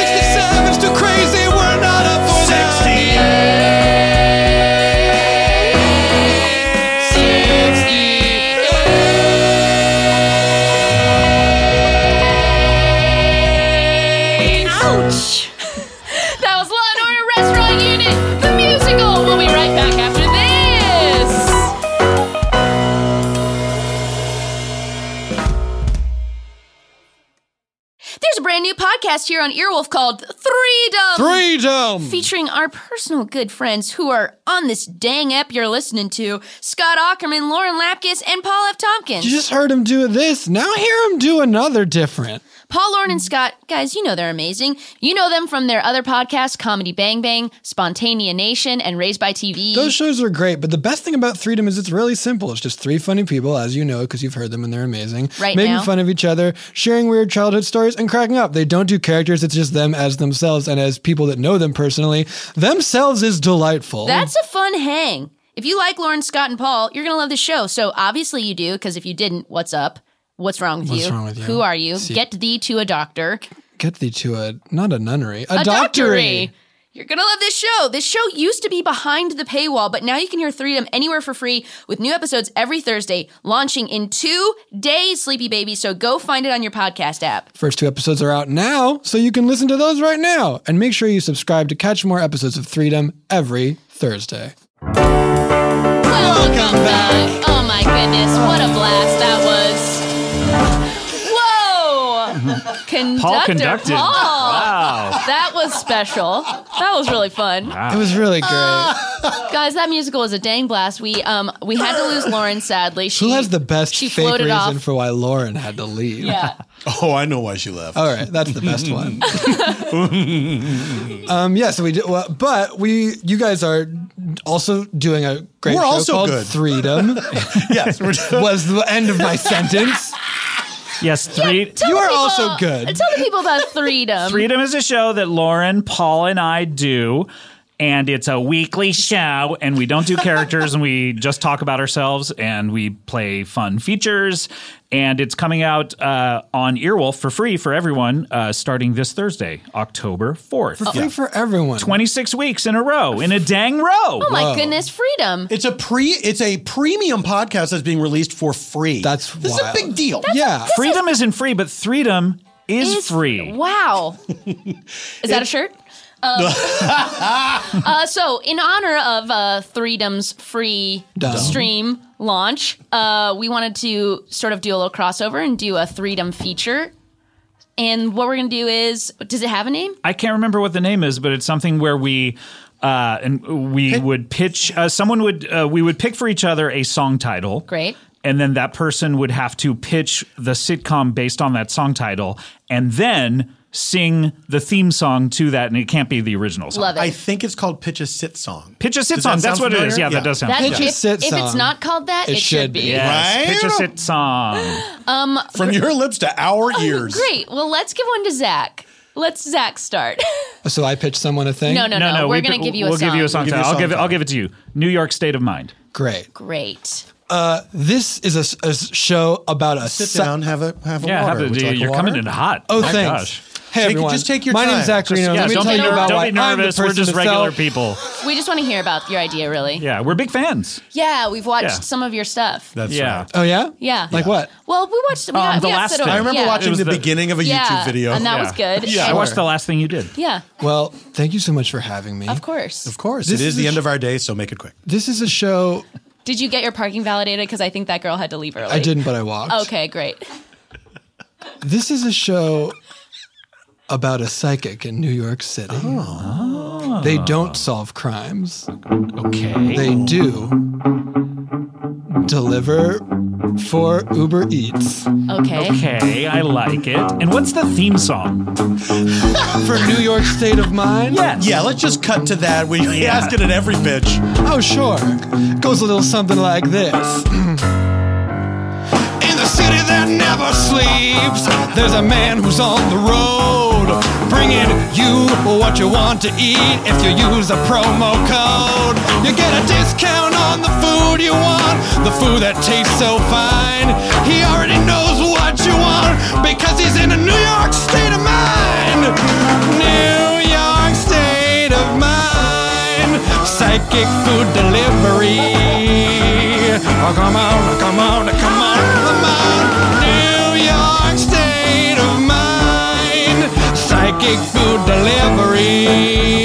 S9: 67's too crazy. We're not up for that. 68. 68.
S2: brand new podcast here on Earwolf called Three Dumb.
S9: Three Dumb.
S2: Featuring our personal good friends who are on this dang app you're listening to Scott Ackerman, Lauren Lapkus, and Paul F. Tompkins.
S9: You just heard him do this. Now hear him do another different.
S2: Paul, Lauren, and Scott, guys, you know they're amazing. You know them from their other podcasts, Comedy Bang Bang, Spontanea Nation, and Raised by TV.
S9: Those shows are great, but the best thing about Freedom is it's really simple. It's just three funny people, as you know, because you've heard them and they're amazing.
S2: Right
S9: making
S2: now.
S9: fun of each other, sharing weird childhood stories, and cracking up. They don't do characters. It's just them as themselves and as people that know them personally. Themselves is delightful.
S2: That's a fun hang. If you like Lauren, Scott, and Paul, you're going to love the show. So obviously you do, because if you didn't, what's up? What's wrong with
S9: What's
S2: you?
S9: wrong with you?
S2: Who are you?
S9: See-
S2: Get thee to a doctor.
S9: get thee to a not a nunnery, a,
S2: A
S9: doctory.
S2: doctory. You're going to love this show. This show used to be behind the paywall, but now you can hear Freedom anywhere for free with new episodes every Thursday, launching in two days, Sleepy Baby. So go find it on your podcast app.
S9: First two episodes are out now, so you can listen to those right now. And make sure you subscribe to catch more episodes of Freedom every Thursday.
S2: Welcome back. Oh my goodness, what a blast that was. Whoa! Conductor
S10: Paul conducted.
S2: Paul.
S10: Wow.
S2: That was special. That was really fun. Uh,
S9: It was really great.
S2: Guys, that musical was a dang blast. We um we had to lose Lauren sadly. She
S9: Who has the best
S2: she
S9: fake
S2: floated
S9: reason
S2: off.
S9: for why Lauren had to leave?
S2: Yeah.
S4: Oh, I know why she left.
S9: All right, that's the best one.
S4: We're
S9: Um, yeah, so we did, well, but we, you guys are also doing a great show
S4: also
S9: called
S4: good.
S9: Freedom.
S4: yes,
S9: was the end of my sentence.
S10: Yes, three.
S2: Tell the people- Tell the people about Freedom.
S10: Freedom is a show that Lauren, Paul, and I do. And it's a weekly show, and we don't do characters, and we just talk about ourselves, and we play fun features. And it's coming out uh, on Earwolf for free for everyone uh, starting this Thursday, October 4th.
S9: For free for everyone.
S10: 26 weeks in a row, in a dang row.
S2: Oh my goodness, Freedom.
S4: It's a pre. It's a premium podcast that's being released for free. That's this
S10: wild.
S4: is a big deal.
S9: yeah.
S10: Freedom is, not free, but freedom is,
S2: Is-
S10: free.
S2: Wow. Is that a shirt? Um, uh, so, in honor of uh, Freedom's free
S10: Dumb.
S2: stream launch, uh, we wanted to sort of do a little crossover and do a Freedom feature. And what we're going to do is, does it have a name?
S10: I can't remember what the name is, but it's something where we uh, and we would pitch. Uh, someone would uh, we would pick for each other a song title.
S2: Great.
S10: And then that person would have to pitch the sitcom based on that song title, and then sing the theme song to that. And it can't be the original song.
S2: Love it.
S4: I think it's called Pitch a Sit Song.
S10: Pitch a sit
S4: Does
S10: song.
S4: that
S10: That's
S4: sound
S10: what it is. Yeah,
S4: familiar?
S10: that does sound.
S2: That-
S10: familiar.
S2: if- if it's not called that, it, should be.
S10: Yes,
S4: Right?
S10: Pitch a sit song.
S2: Um,
S4: From your lips to our ears.
S2: great. Well, let's give one to Zach. Let's Zach start.
S9: So I pitched someone a thing?
S2: No, no, no. We're gonna give you a
S10: we'll give you a song.
S2: song.
S10: title. I'll
S2: We'll give you a song
S10: give it. I'll
S2: title.
S10: give it to you. New York State of Mind.
S9: Great.
S2: Great.
S9: Uh, this is a s- a, s- show about a
S4: Sit
S9: si-
S4: down, have a have a
S10: Yeah,
S4: water.
S10: have
S4: Would
S10: the,
S4: you like a
S10: you're
S4: water?
S10: coming in hot.
S9: Oh,
S10: My
S9: thanks.
S10: gosh.
S9: Hey,
S4: Take-
S9: everyone.
S4: just take your
S9: My
S4: time.
S9: name's Zach
S4: Just-
S9: Reno.
S4: yeah,
S9: Let me
S10: don't
S9: tell
S10: be,
S9: you
S10: ner-
S9: about
S10: don't
S9: why
S10: be
S9: I'm the
S10: nervous. We're
S9: person
S10: just
S9: to
S10: regular
S9: sell-
S10: people.
S2: We just want to hear about your idea, really.
S10: Yeah, we're big fans.
S2: Yeah, we've watched
S10: Yeah.
S2: some of your stuff.
S4: That's
S10: yeah.
S9: Oh yeah.
S2: Yeah.
S9: Like what?
S2: Well, we watched. We
S10: Um,
S2: got,
S10: the
S2: we got
S10: last
S2: set
S10: thing.
S2: over-
S10: I
S4: remember
S2: yeah.
S4: watching
S10: It was
S4: the,
S10: the-
S4: beginning of a
S2: Yeah,
S4: YouTube video.
S2: and that was good.
S10: Yeah, I
S2: And-
S10: watched the last thing you did.
S2: Yeah,
S9: Well, thank you so much for having me.
S2: of course.
S9: Of course.
S4: It is the end
S9: sh-
S4: of our day, so make it quick.
S9: This is a show
S2: Did you get your parking validated? Because I think that girl had to leave early.
S9: I didn't, but I walked.
S2: Okay, great.
S9: This is a show about a psychic in New York City.
S4: Oh.
S9: They don't solve crimes.
S10: Okay.
S9: They do deliver for Uber Eats
S2: Okay.
S10: Okay, I like it. And what's the theme song?
S9: for New York State of Mind.
S10: Yes.
S4: Yeah, let's just cut to that. We we ask it at every pitch.
S9: Oh, sure. Goes a little something like this. In the city that never sleeps, there's a man who's on the road, bringing you what you want to eat. If you use a promo code, you get a discount on the food you want, the food that tastes so fine. He already knows what you want because he's in a New York state of mind. New York state of mind, psychic food delivery. Oh, come on, come on, come on, come on. New York state of mind, psychic food delivery.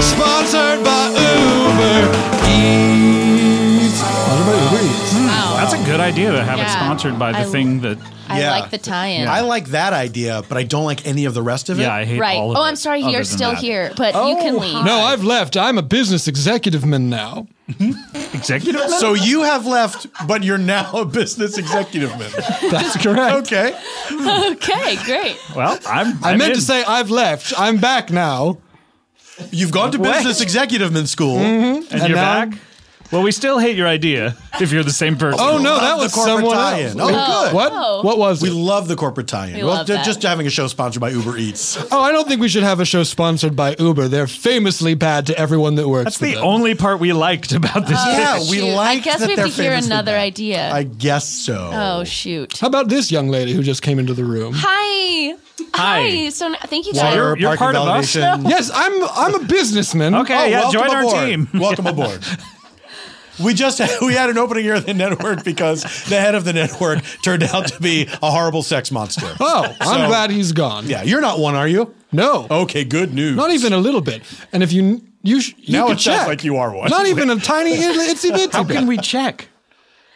S9: Sponsored by Uber Eats. Sponsored by Uber Eats.
S2: Wow.
S10: That's a good idea to have
S2: Yeah. Yeah.
S10: sponsored by the
S2: I-
S10: thing that.
S2: I Yeah. like the tie-in.
S5: I like that idea, but I don't like any of the rest of it.
S10: Yeah, I
S2: right. oh, I'm sorry. You're still here, but you can leave.
S9: No, I've left. I'm a business executive man now.
S10: Mm-hmm. executive
S9: man?
S5: So you have left, but you're now a business executive man.
S9: That's correct.
S5: Okay.
S2: okay, great.
S10: Well, I'm.
S9: I
S5: I'm
S9: meant
S5: in.
S9: to say I've left. I'm back now.
S5: You've gone to
S9: Wait.
S5: business executive man school.
S9: Mhm.
S10: And, you're
S9: now-
S10: back? Well, we still hate your idea if you're the same person.
S9: Oh, no, that was someone else.
S5: Oh,
S9: Oh,
S5: good.
S9: What? oh. What was
S5: We love the corporate tie-in.
S9: We
S5: well,
S9: love
S5: ju-
S9: that.
S5: just having a show sponsored by Uber Eats.
S9: Oh, I don't think we should have a show sponsored by Uber. They're famously bad to everyone that works.
S10: That's
S9: for
S10: the
S9: them.
S10: only part we liked about this.
S2: Oh,
S9: Yeah, we
S2: shoot. I
S9: like
S2: guess
S9: that
S2: we have to
S9: they're
S2: hear
S9: famously
S2: another idea.
S5: guess so.
S2: oh shoot!
S9: How about this young lady who just came into the room?
S2: Hi.
S9: Hi.
S2: So n- thank you,
S9: Water,
S2: Tyler.
S9: You're- you're parking part of us validation. now? Yes, I'm. I'm a businessman.
S10: Okay,
S5: Oh,
S10: yeah,
S5: welcome
S10: join our
S5: aboard.
S10: team.
S5: Welcome aboard. We just had, we had an opening here at the network because the head of the network turned out to be a horrible sex monster.
S9: Oh, I'm
S5: So-
S9: glad he's gone.
S5: Yeah, you're not one, are you?
S9: No.
S5: Okay, good news.
S9: Not even a little bit. And if you you, sh- you
S5: now
S9: could
S5: it sounds
S9: check.
S5: like you are one.
S9: Not even a tiny itsy bitsy.
S5: How can
S9: we
S10: check?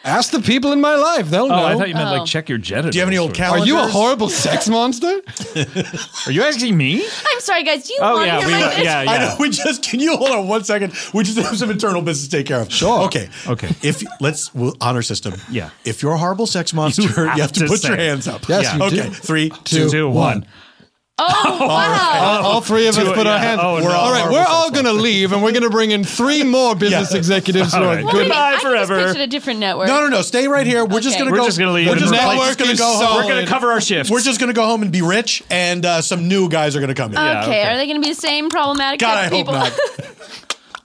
S9: Ask the people in my life. They'll
S10: Oh,
S9: know.
S10: I thought you meant like check your genitals.
S9: Do you have any old
S10: or-
S9: calendars? Are you a horrible sex monster?
S10: Are you asking me?
S2: I'm sorry, guys. Do you
S10: Oh,
S2: want
S10: yeah,
S2: to hear
S10: we
S2: my
S10: will.
S2: business?
S10: Yeah,
S5: I
S10: yeah.
S5: know. We just can you hold on one second? We just have some internal business to take care of. Sure. Okay.
S10: Okay.
S5: If let's we'll, honor system.
S10: Yeah.
S5: If you're a horrible sex monster, you have, to, put
S10: say
S5: your
S10: it.
S5: hands up.
S10: Yes, you do.
S5: okay. Three,
S10: Two,
S5: two, one.
S10: two, one.
S2: Oh
S9: All right.
S2: wow!
S9: All, all three of
S10: Two,
S9: us put
S10: yeah.
S9: our hands.
S10: Oh,
S9: we're
S10: no.
S9: all, all right, we're all going to leave, and we're going to bring in three more business
S5: Yeah.
S9: executives who
S5: All
S9: are
S5: right.
S2: Well,
S9: good.
S2: wait a minute, I think this pitched at a different network.
S5: No, no, no. Stay right here. We're just
S2: Okay.
S5: gonna
S2: We're
S5: go.
S2: just
S10: gonna leave
S5: We're
S10: and
S5: just
S10: we're
S5: network
S10: just gonna
S5: is
S10: go home.
S5: solid.
S10: We're gonna cover our shifts.
S5: We're just gonna go home and be rich, and uh, some new guys are gonna come in.
S2: Okay, are they going to be the same problematic
S5: God, I
S2: type of
S5: hope
S2: people?
S5: not.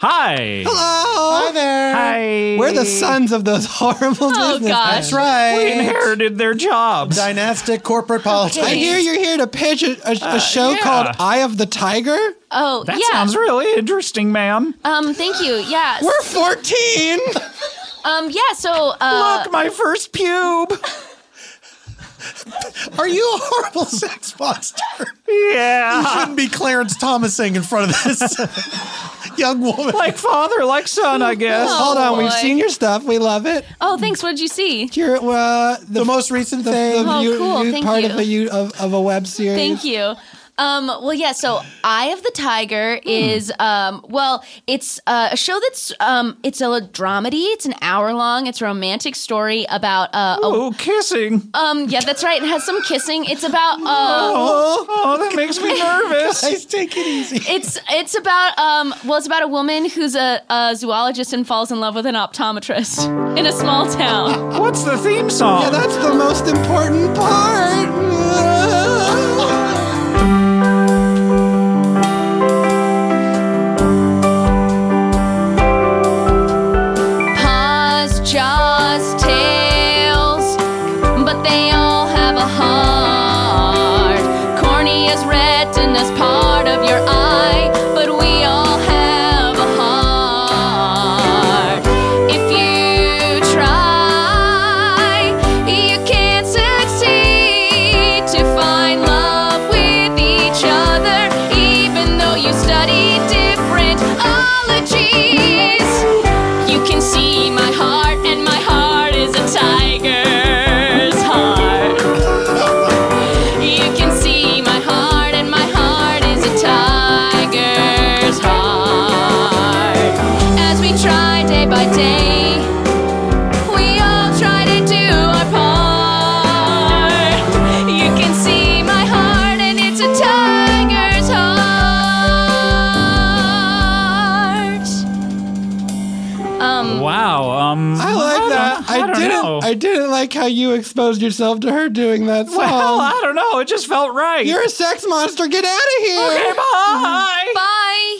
S10: Hi.
S9: Hello. Hi there.
S10: Hi.
S9: We're the sons of those horrible
S2: Oh,
S9: business.
S2: gosh.
S9: guys.
S2: That's right.
S5: We
S10: inherited their jobs.
S5: Dynastic corporate politics.
S9: I hear you're here to pitch a, a, a show
S10: Uh, yeah.
S9: called Eye of the Tiger.
S2: Oh,
S10: That
S2: yeah.
S10: sounds really interesting, ma'am.
S2: Um, thank you. Yeah.
S9: We're 14.
S2: Um, yeah. So, uh,
S10: Look, my first pube.
S5: Are you a horrible sex monster?
S10: Yeah.
S5: You shouldn't be Clarence Thomasing in front of this young woman.
S10: Like father, like son, I guess.
S2: Oh,
S9: Hold on, we've
S2: boy.
S9: seen your stuff. We love it.
S2: oh, thanks. What did you see?
S9: You're uh, the,
S5: The most recent
S9: the,
S5: thing.
S9: the
S2: Oh,
S9: you-
S2: cool,
S9: you
S2: thank
S9: part
S2: you.
S9: of a you of, of a web series.
S2: Thank you. Um, well, yeah. So, Eye of the
S10: Hmm.
S2: Tiger is um, well, it's uh, a show that's um, it's a dramedy. It's an hour long. It's a romantic story about uh, a,
S10: Oh, kissing.
S2: um, yeah, that's right. It has some kissing. It's about uh,
S10: Oh, oh, that makes me nervous.
S5: Guys, take it easy.
S2: it's it's about um, well, it's about a woman who's a, a zoologist and falls in love with an optometrist in a small town.
S10: What's the theme song?
S9: Yeah, that's the most important part.
S2: paws, jaws, tails, but they all have a heart. Corneas, retinas, part of your eye, but we all have a heart. If you try, you can't succeed to find love with each other, even though you study different ologies. You can see my heart, and my heart is a tiger's heart. You can see my heart, and my heart is a tiger's heart. As we try day by day, we all try to do our part. You can see my heart, and it's a tiger's heart. Um,
S10: Wow. Um,
S9: I like
S10: don't-
S9: that. I,
S10: don't
S9: didn't.
S10: know.
S9: I didn't like how you exposed yourself to her doing that song.
S10: well, I don't know. It just felt right.
S9: You're a sex monster. Get out of here. Mm-hmm.
S10: okay, bye.
S2: Bye.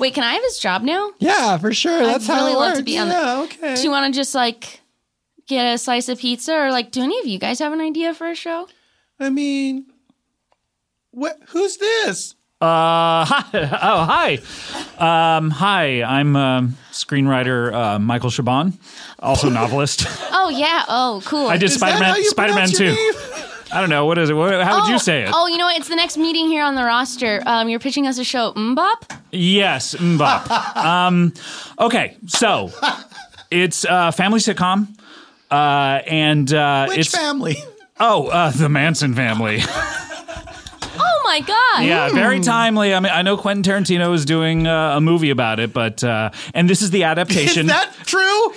S2: Wait, can I have his job now?
S9: Yeah, for sure. That's
S2: I'd
S9: how
S2: really
S9: it
S2: love
S9: works.
S2: to be on
S9: yeah,
S2: that.
S9: okay.
S2: Do you want to just like get a slice of pizza or like do any of you guys have an idea for a show?
S5: I mean, what? Who's this?
S10: Uh, hi. Oh, hi. Um, hi. I'm um, screenwriter uh, Michael Chabon, also novelist.
S2: Oh yeah. Oh cool.
S10: I did Spider Man. Spider Man Two. I don't know what is it. What, how would
S2: Oh,
S10: you say it?
S2: Oh, you know what? It's the next meeting here on the roster. Um, you're pitching us a show, Mbop.
S10: Yes, Mbop. um, okay, so it's a family sitcom Uh, and uh,
S5: Which
S10: it's
S5: family? Ah,
S10: Oh, uh, the Manson family.
S14: Oh my god!
S10: Yeah,
S9: Hmm.
S10: very timely. I mean, I know Quentin Tarantino is doing uh, a movie about it, but uh, and this is the adaptation.
S5: Is that true?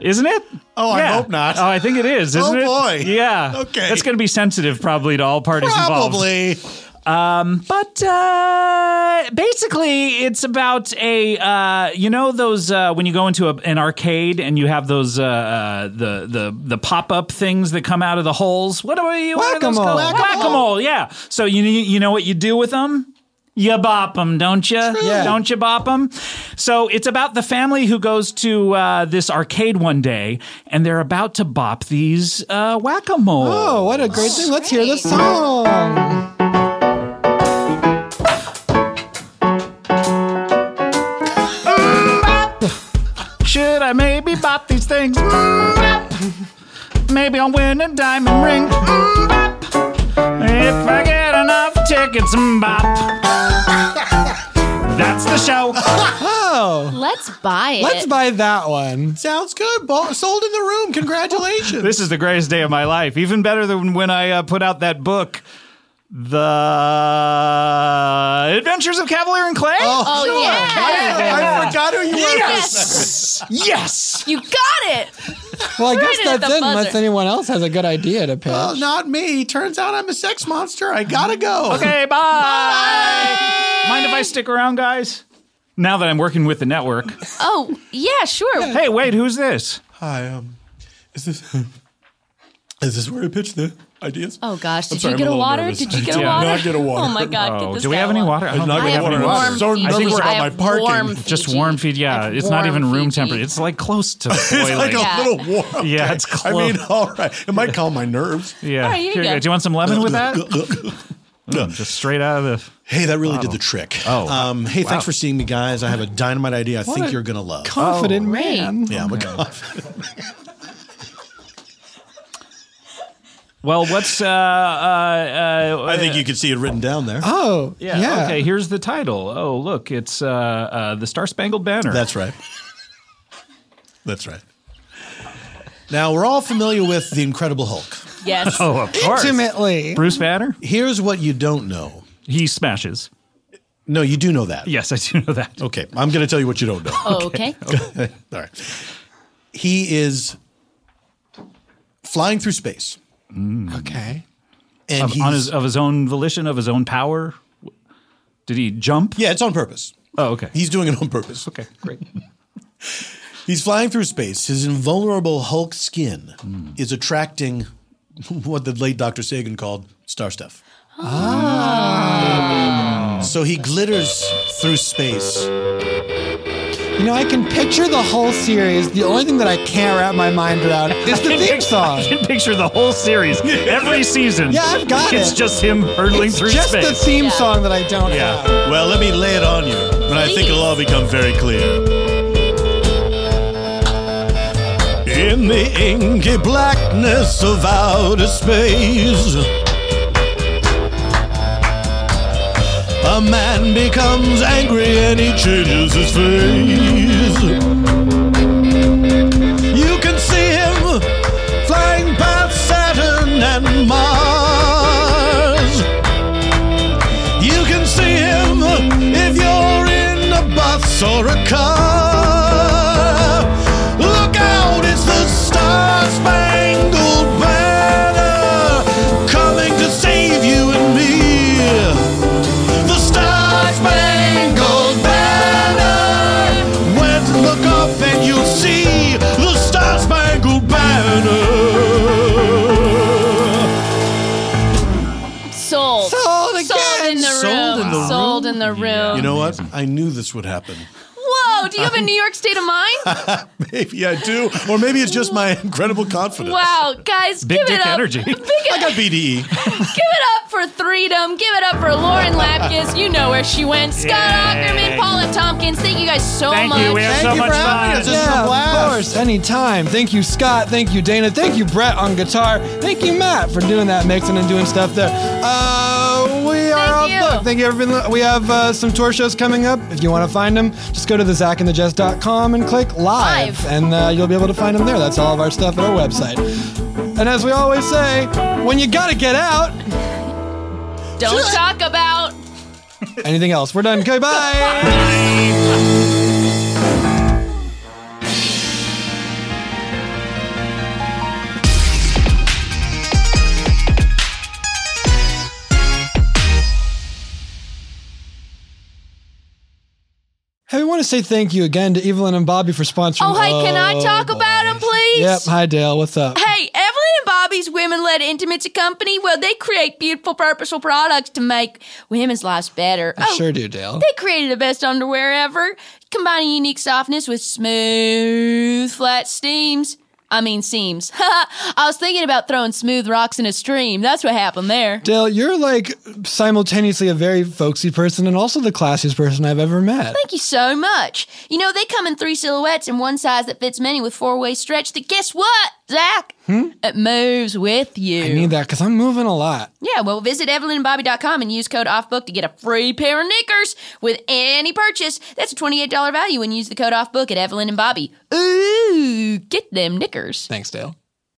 S10: Isn't it?
S5: Oh, I hope not.
S10: Oh, I think it is. Isn't
S5: Oh, boy.
S10: it? Yeah.
S5: Okay.
S10: That's going to be sensitive, probably, to all parties
S5: Probably.
S10: involved. Probably. Um, but uh, basically, it's about a uh, you know those uh, when you go into a, an arcade and you have those uh, uh, the the the pop up things that come out of the holes. What are you? What are those
S9: Whack-a-mole.
S10: called?
S9: Whack-a-mole.
S10: Whack-a-mole, Yeah. So you you know what you do with them? You bop them, don't you?
S9: Yeah.
S10: Don't you bop them? So it's about the family who goes to uh, this arcade one day, and they're about to bop these uh, whack-a-mole.
S9: Oh, what a great thing. Let's hear the song.
S10: Should I maybe bop these things? Mm, bop. Maybe I'll win a diamond ring. Mm, bop. If I get enough tickets, mm, bop. That's the show.
S9: Oh.
S2: Let's buy it.
S9: Let's buy that one.
S5: Sounds good. Ball, sold in the room. Congratulations.
S10: This is the greatest day of my life. Even better than when I uh, put out that book, The Adventures of Cavalier and Clay.
S2: Oh,
S5: sure.
S2: yeah.
S5: I, I forgot who you were.
S10: Yes. yes.
S2: You got it.
S9: Well, I
S2: Right
S9: guess
S2: at
S9: that's
S2: the
S9: it, unless
S2: buzzer.
S9: anyone else has a good idea to pitch.
S4: Oh,
S5: Well, not me. Turns out I'm a sex monster. I gotta go.
S10: Okay, bye. Mind if I stick around, guys? Now that I'm working with the network.
S2: Oh, yeah, sure.
S10: Hey, wait, who's this?
S5: Hi. Um, is this is this where I pitch the ideas?
S2: Oh gosh,
S5: I'm
S2: did
S5: sorry,
S2: you
S5: I'm
S2: get
S5: a
S2: a
S5: little
S2: water?
S5: nervous.
S2: Did you get
S5: I
S2: a
S5: did
S2: water?
S5: not get a water.
S2: Oh my god, get
S10: Oh,
S2: this
S10: do we
S2: guy
S10: have
S2: a
S10: any water? I
S5: I did
S10: don't
S5: not
S10: think we
S5: get
S10: have
S5: water.
S10: any
S2: warm
S10: water.
S5: I'm so
S2: Fiji.
S5: nervous
S2: I
S5: about my
S2: have warm
S5: parking.
S10: Just
S2: Fiji.
S10: warm feed, yeah.
S2: Like
S10: it's not
S2: warm
S10: even room
S2: Fiji.
S10: temperature. It's like close to
S5: It's
S10: boiling.
S5: like
S2: Yeah.
S5: a little warm.
S10: Yeah,
S5: day.
S10: it's
S5: I mean,
S10: close.
S5: all right. It might calm my nerves.
S10: yeah.
S2: All right, here you go.
S10: Do you want some lemon with that? Mm, just straight out of the.
S5: Hey, that really did the trick.
S10: Oh.
S5: Um, hey,
S10: Wow.
S5: thanks for seeing me, guys. I have a dynamite idea I
S9: What
S5: think
S9: a
S5: you're going to love.
S9: Confident
S2: Oh.
S9: man.
S5: yeah, I'm a confident.
S10: Well, what's uh, uh, uh,
S5: I think you can see it written down there.
S9: Oh, yeah.
S10: yeah, Okay, here's the title. Oh, look, it's uh, uh, the Star Spangled Banner.
S5: That's right. That's right. Now, we're all familiar with The Incredible Hulk.
S2: Yes.
S10: oh, of course.
S9: Intimately.
S10: Bruce Banner.
S5: Here's what you don't know.
S10: He smashes.
S5: No, you do know that.
S10: Yes, I do know that.
S5: Okay, I'm going to tell you what you don't know.
S9: Oh,
S2: okay.
S5: All right. He is flying through space.
S10: Hmm.
S9: Okay.
S5: And
S10: Of,
S5: he's,
S10: on his, of his own volition, of his own power. Did he jump?
S5: yeah, it's on purpose.
S10: Oh, okay.
S5: He's doing it on purpose.
S10: okay, great.
S5: He's flying through space. His invulnerable Hulk skin is attracting what the late Dr. Sagan called star stuff. Ah. So he glitters through space.
S9: You know, I can picture the whole series. The only thing that I can't wrap my mind around is the theme song.
S10: I can picture the whole series, every season.
S9: Yeah, I've got
S10: it's
S9: it.
S10: just him hurtling
S9: It's
S10: through
S9: just
S10: space.
S9: the theme
S2: Yeah.
S9: song that I don't
S5: Yeah.
S9: have.
S5: Well, let me lay it on you, and I think it'll all become very clear. In the inky blackness of outer space, a man becomes angry and he changes his face. You can see him flying past Saturn and Mars. You can see him if you're in a bus or a car. Look out, it's the Star Spangled Banner coming to save you and me. The Star Spangled Banner. When look up and you'll see the Star Spangled Banner.
S2: Sold.
S9: Sold again.
S2: Sold in the
S5: Sold
S2: room.
S5: in the
S2: Sold in the room.
S5: You know what? I knew this would happen.
S2: Whoa, do you have a New York state of mind?
S5: Maybe I do, or maybe it's just my incredible confidence.
S2: Wow, guys,
S10: Big
S2: give
S10: dick
S2: it up.
S10: energy.
S2: Big, give
S5: I got E. BDE.
S2: it up for Freedom. Give it up for Lauren Lapkus. You know where she went. Scott
S10: Yay.
S2: Ackerman, Paula Tompkins. Thank you guys so
S10: Thank
S2: much.
S10: you. We have
S9: Thank
S10: so
S9: you
S10: much
S9: for having
S10: fun.
S9: us. This is a blast. Of course, anytime. Thank you, Scott. Thank you, Dana. Thank you, Brett on guitar. Thank you, Matt, for doing that mixing and doing stuff there. Uh, we are off book. Thank you, everyone. We have uh, some tour shows coming up. If you want to find them, just go to thezackandthejess.com and click live, and uh, you'll be able to find them there. That's all of our stuff at our website. And as we always say, when you gotta get out,
S2: Don't talk about.
S9: anything else, we're done. Okay, bye. Hey, we want to say thank you again to Evelyn and Bobby for sponsoring.
S2: Oh, hey, can I
S9: Oh,
S2: talk about him, please?
S9: Yep. Hi, Dale. What's up?
S2: Hey, Evelyn and Bobby's Women Led Intimates Company, well, they create beautiful, purposeful products to make women's lives better. Oh,
S7: I sure do, Dale.
S2: They created the best underwear ever, combining unique softness with smooth, flat steams. I mean, seams. I was thinking about throwing smooth rocks in a stream. That's what happened there.
S9: Dale, you're like simultaneously a very folksy person and also the classiest person I've ever met.
S2: Thank you so much. You know, they come in three silhouettes and one size that fits many with four way stretch that, guess what, Zach? Hmm? It moves with you.
S9: I need that because I'm moving a lot.
S2: Yeah, well, visit evelynandbobby.com and use code OFFBOOK to get a free pair of knickers with any purchase. That's a $28 value when you use the code OFFBOOK at Evelyn and Bobby. Ooh, get them knickers.
S7: Thanks, Dale.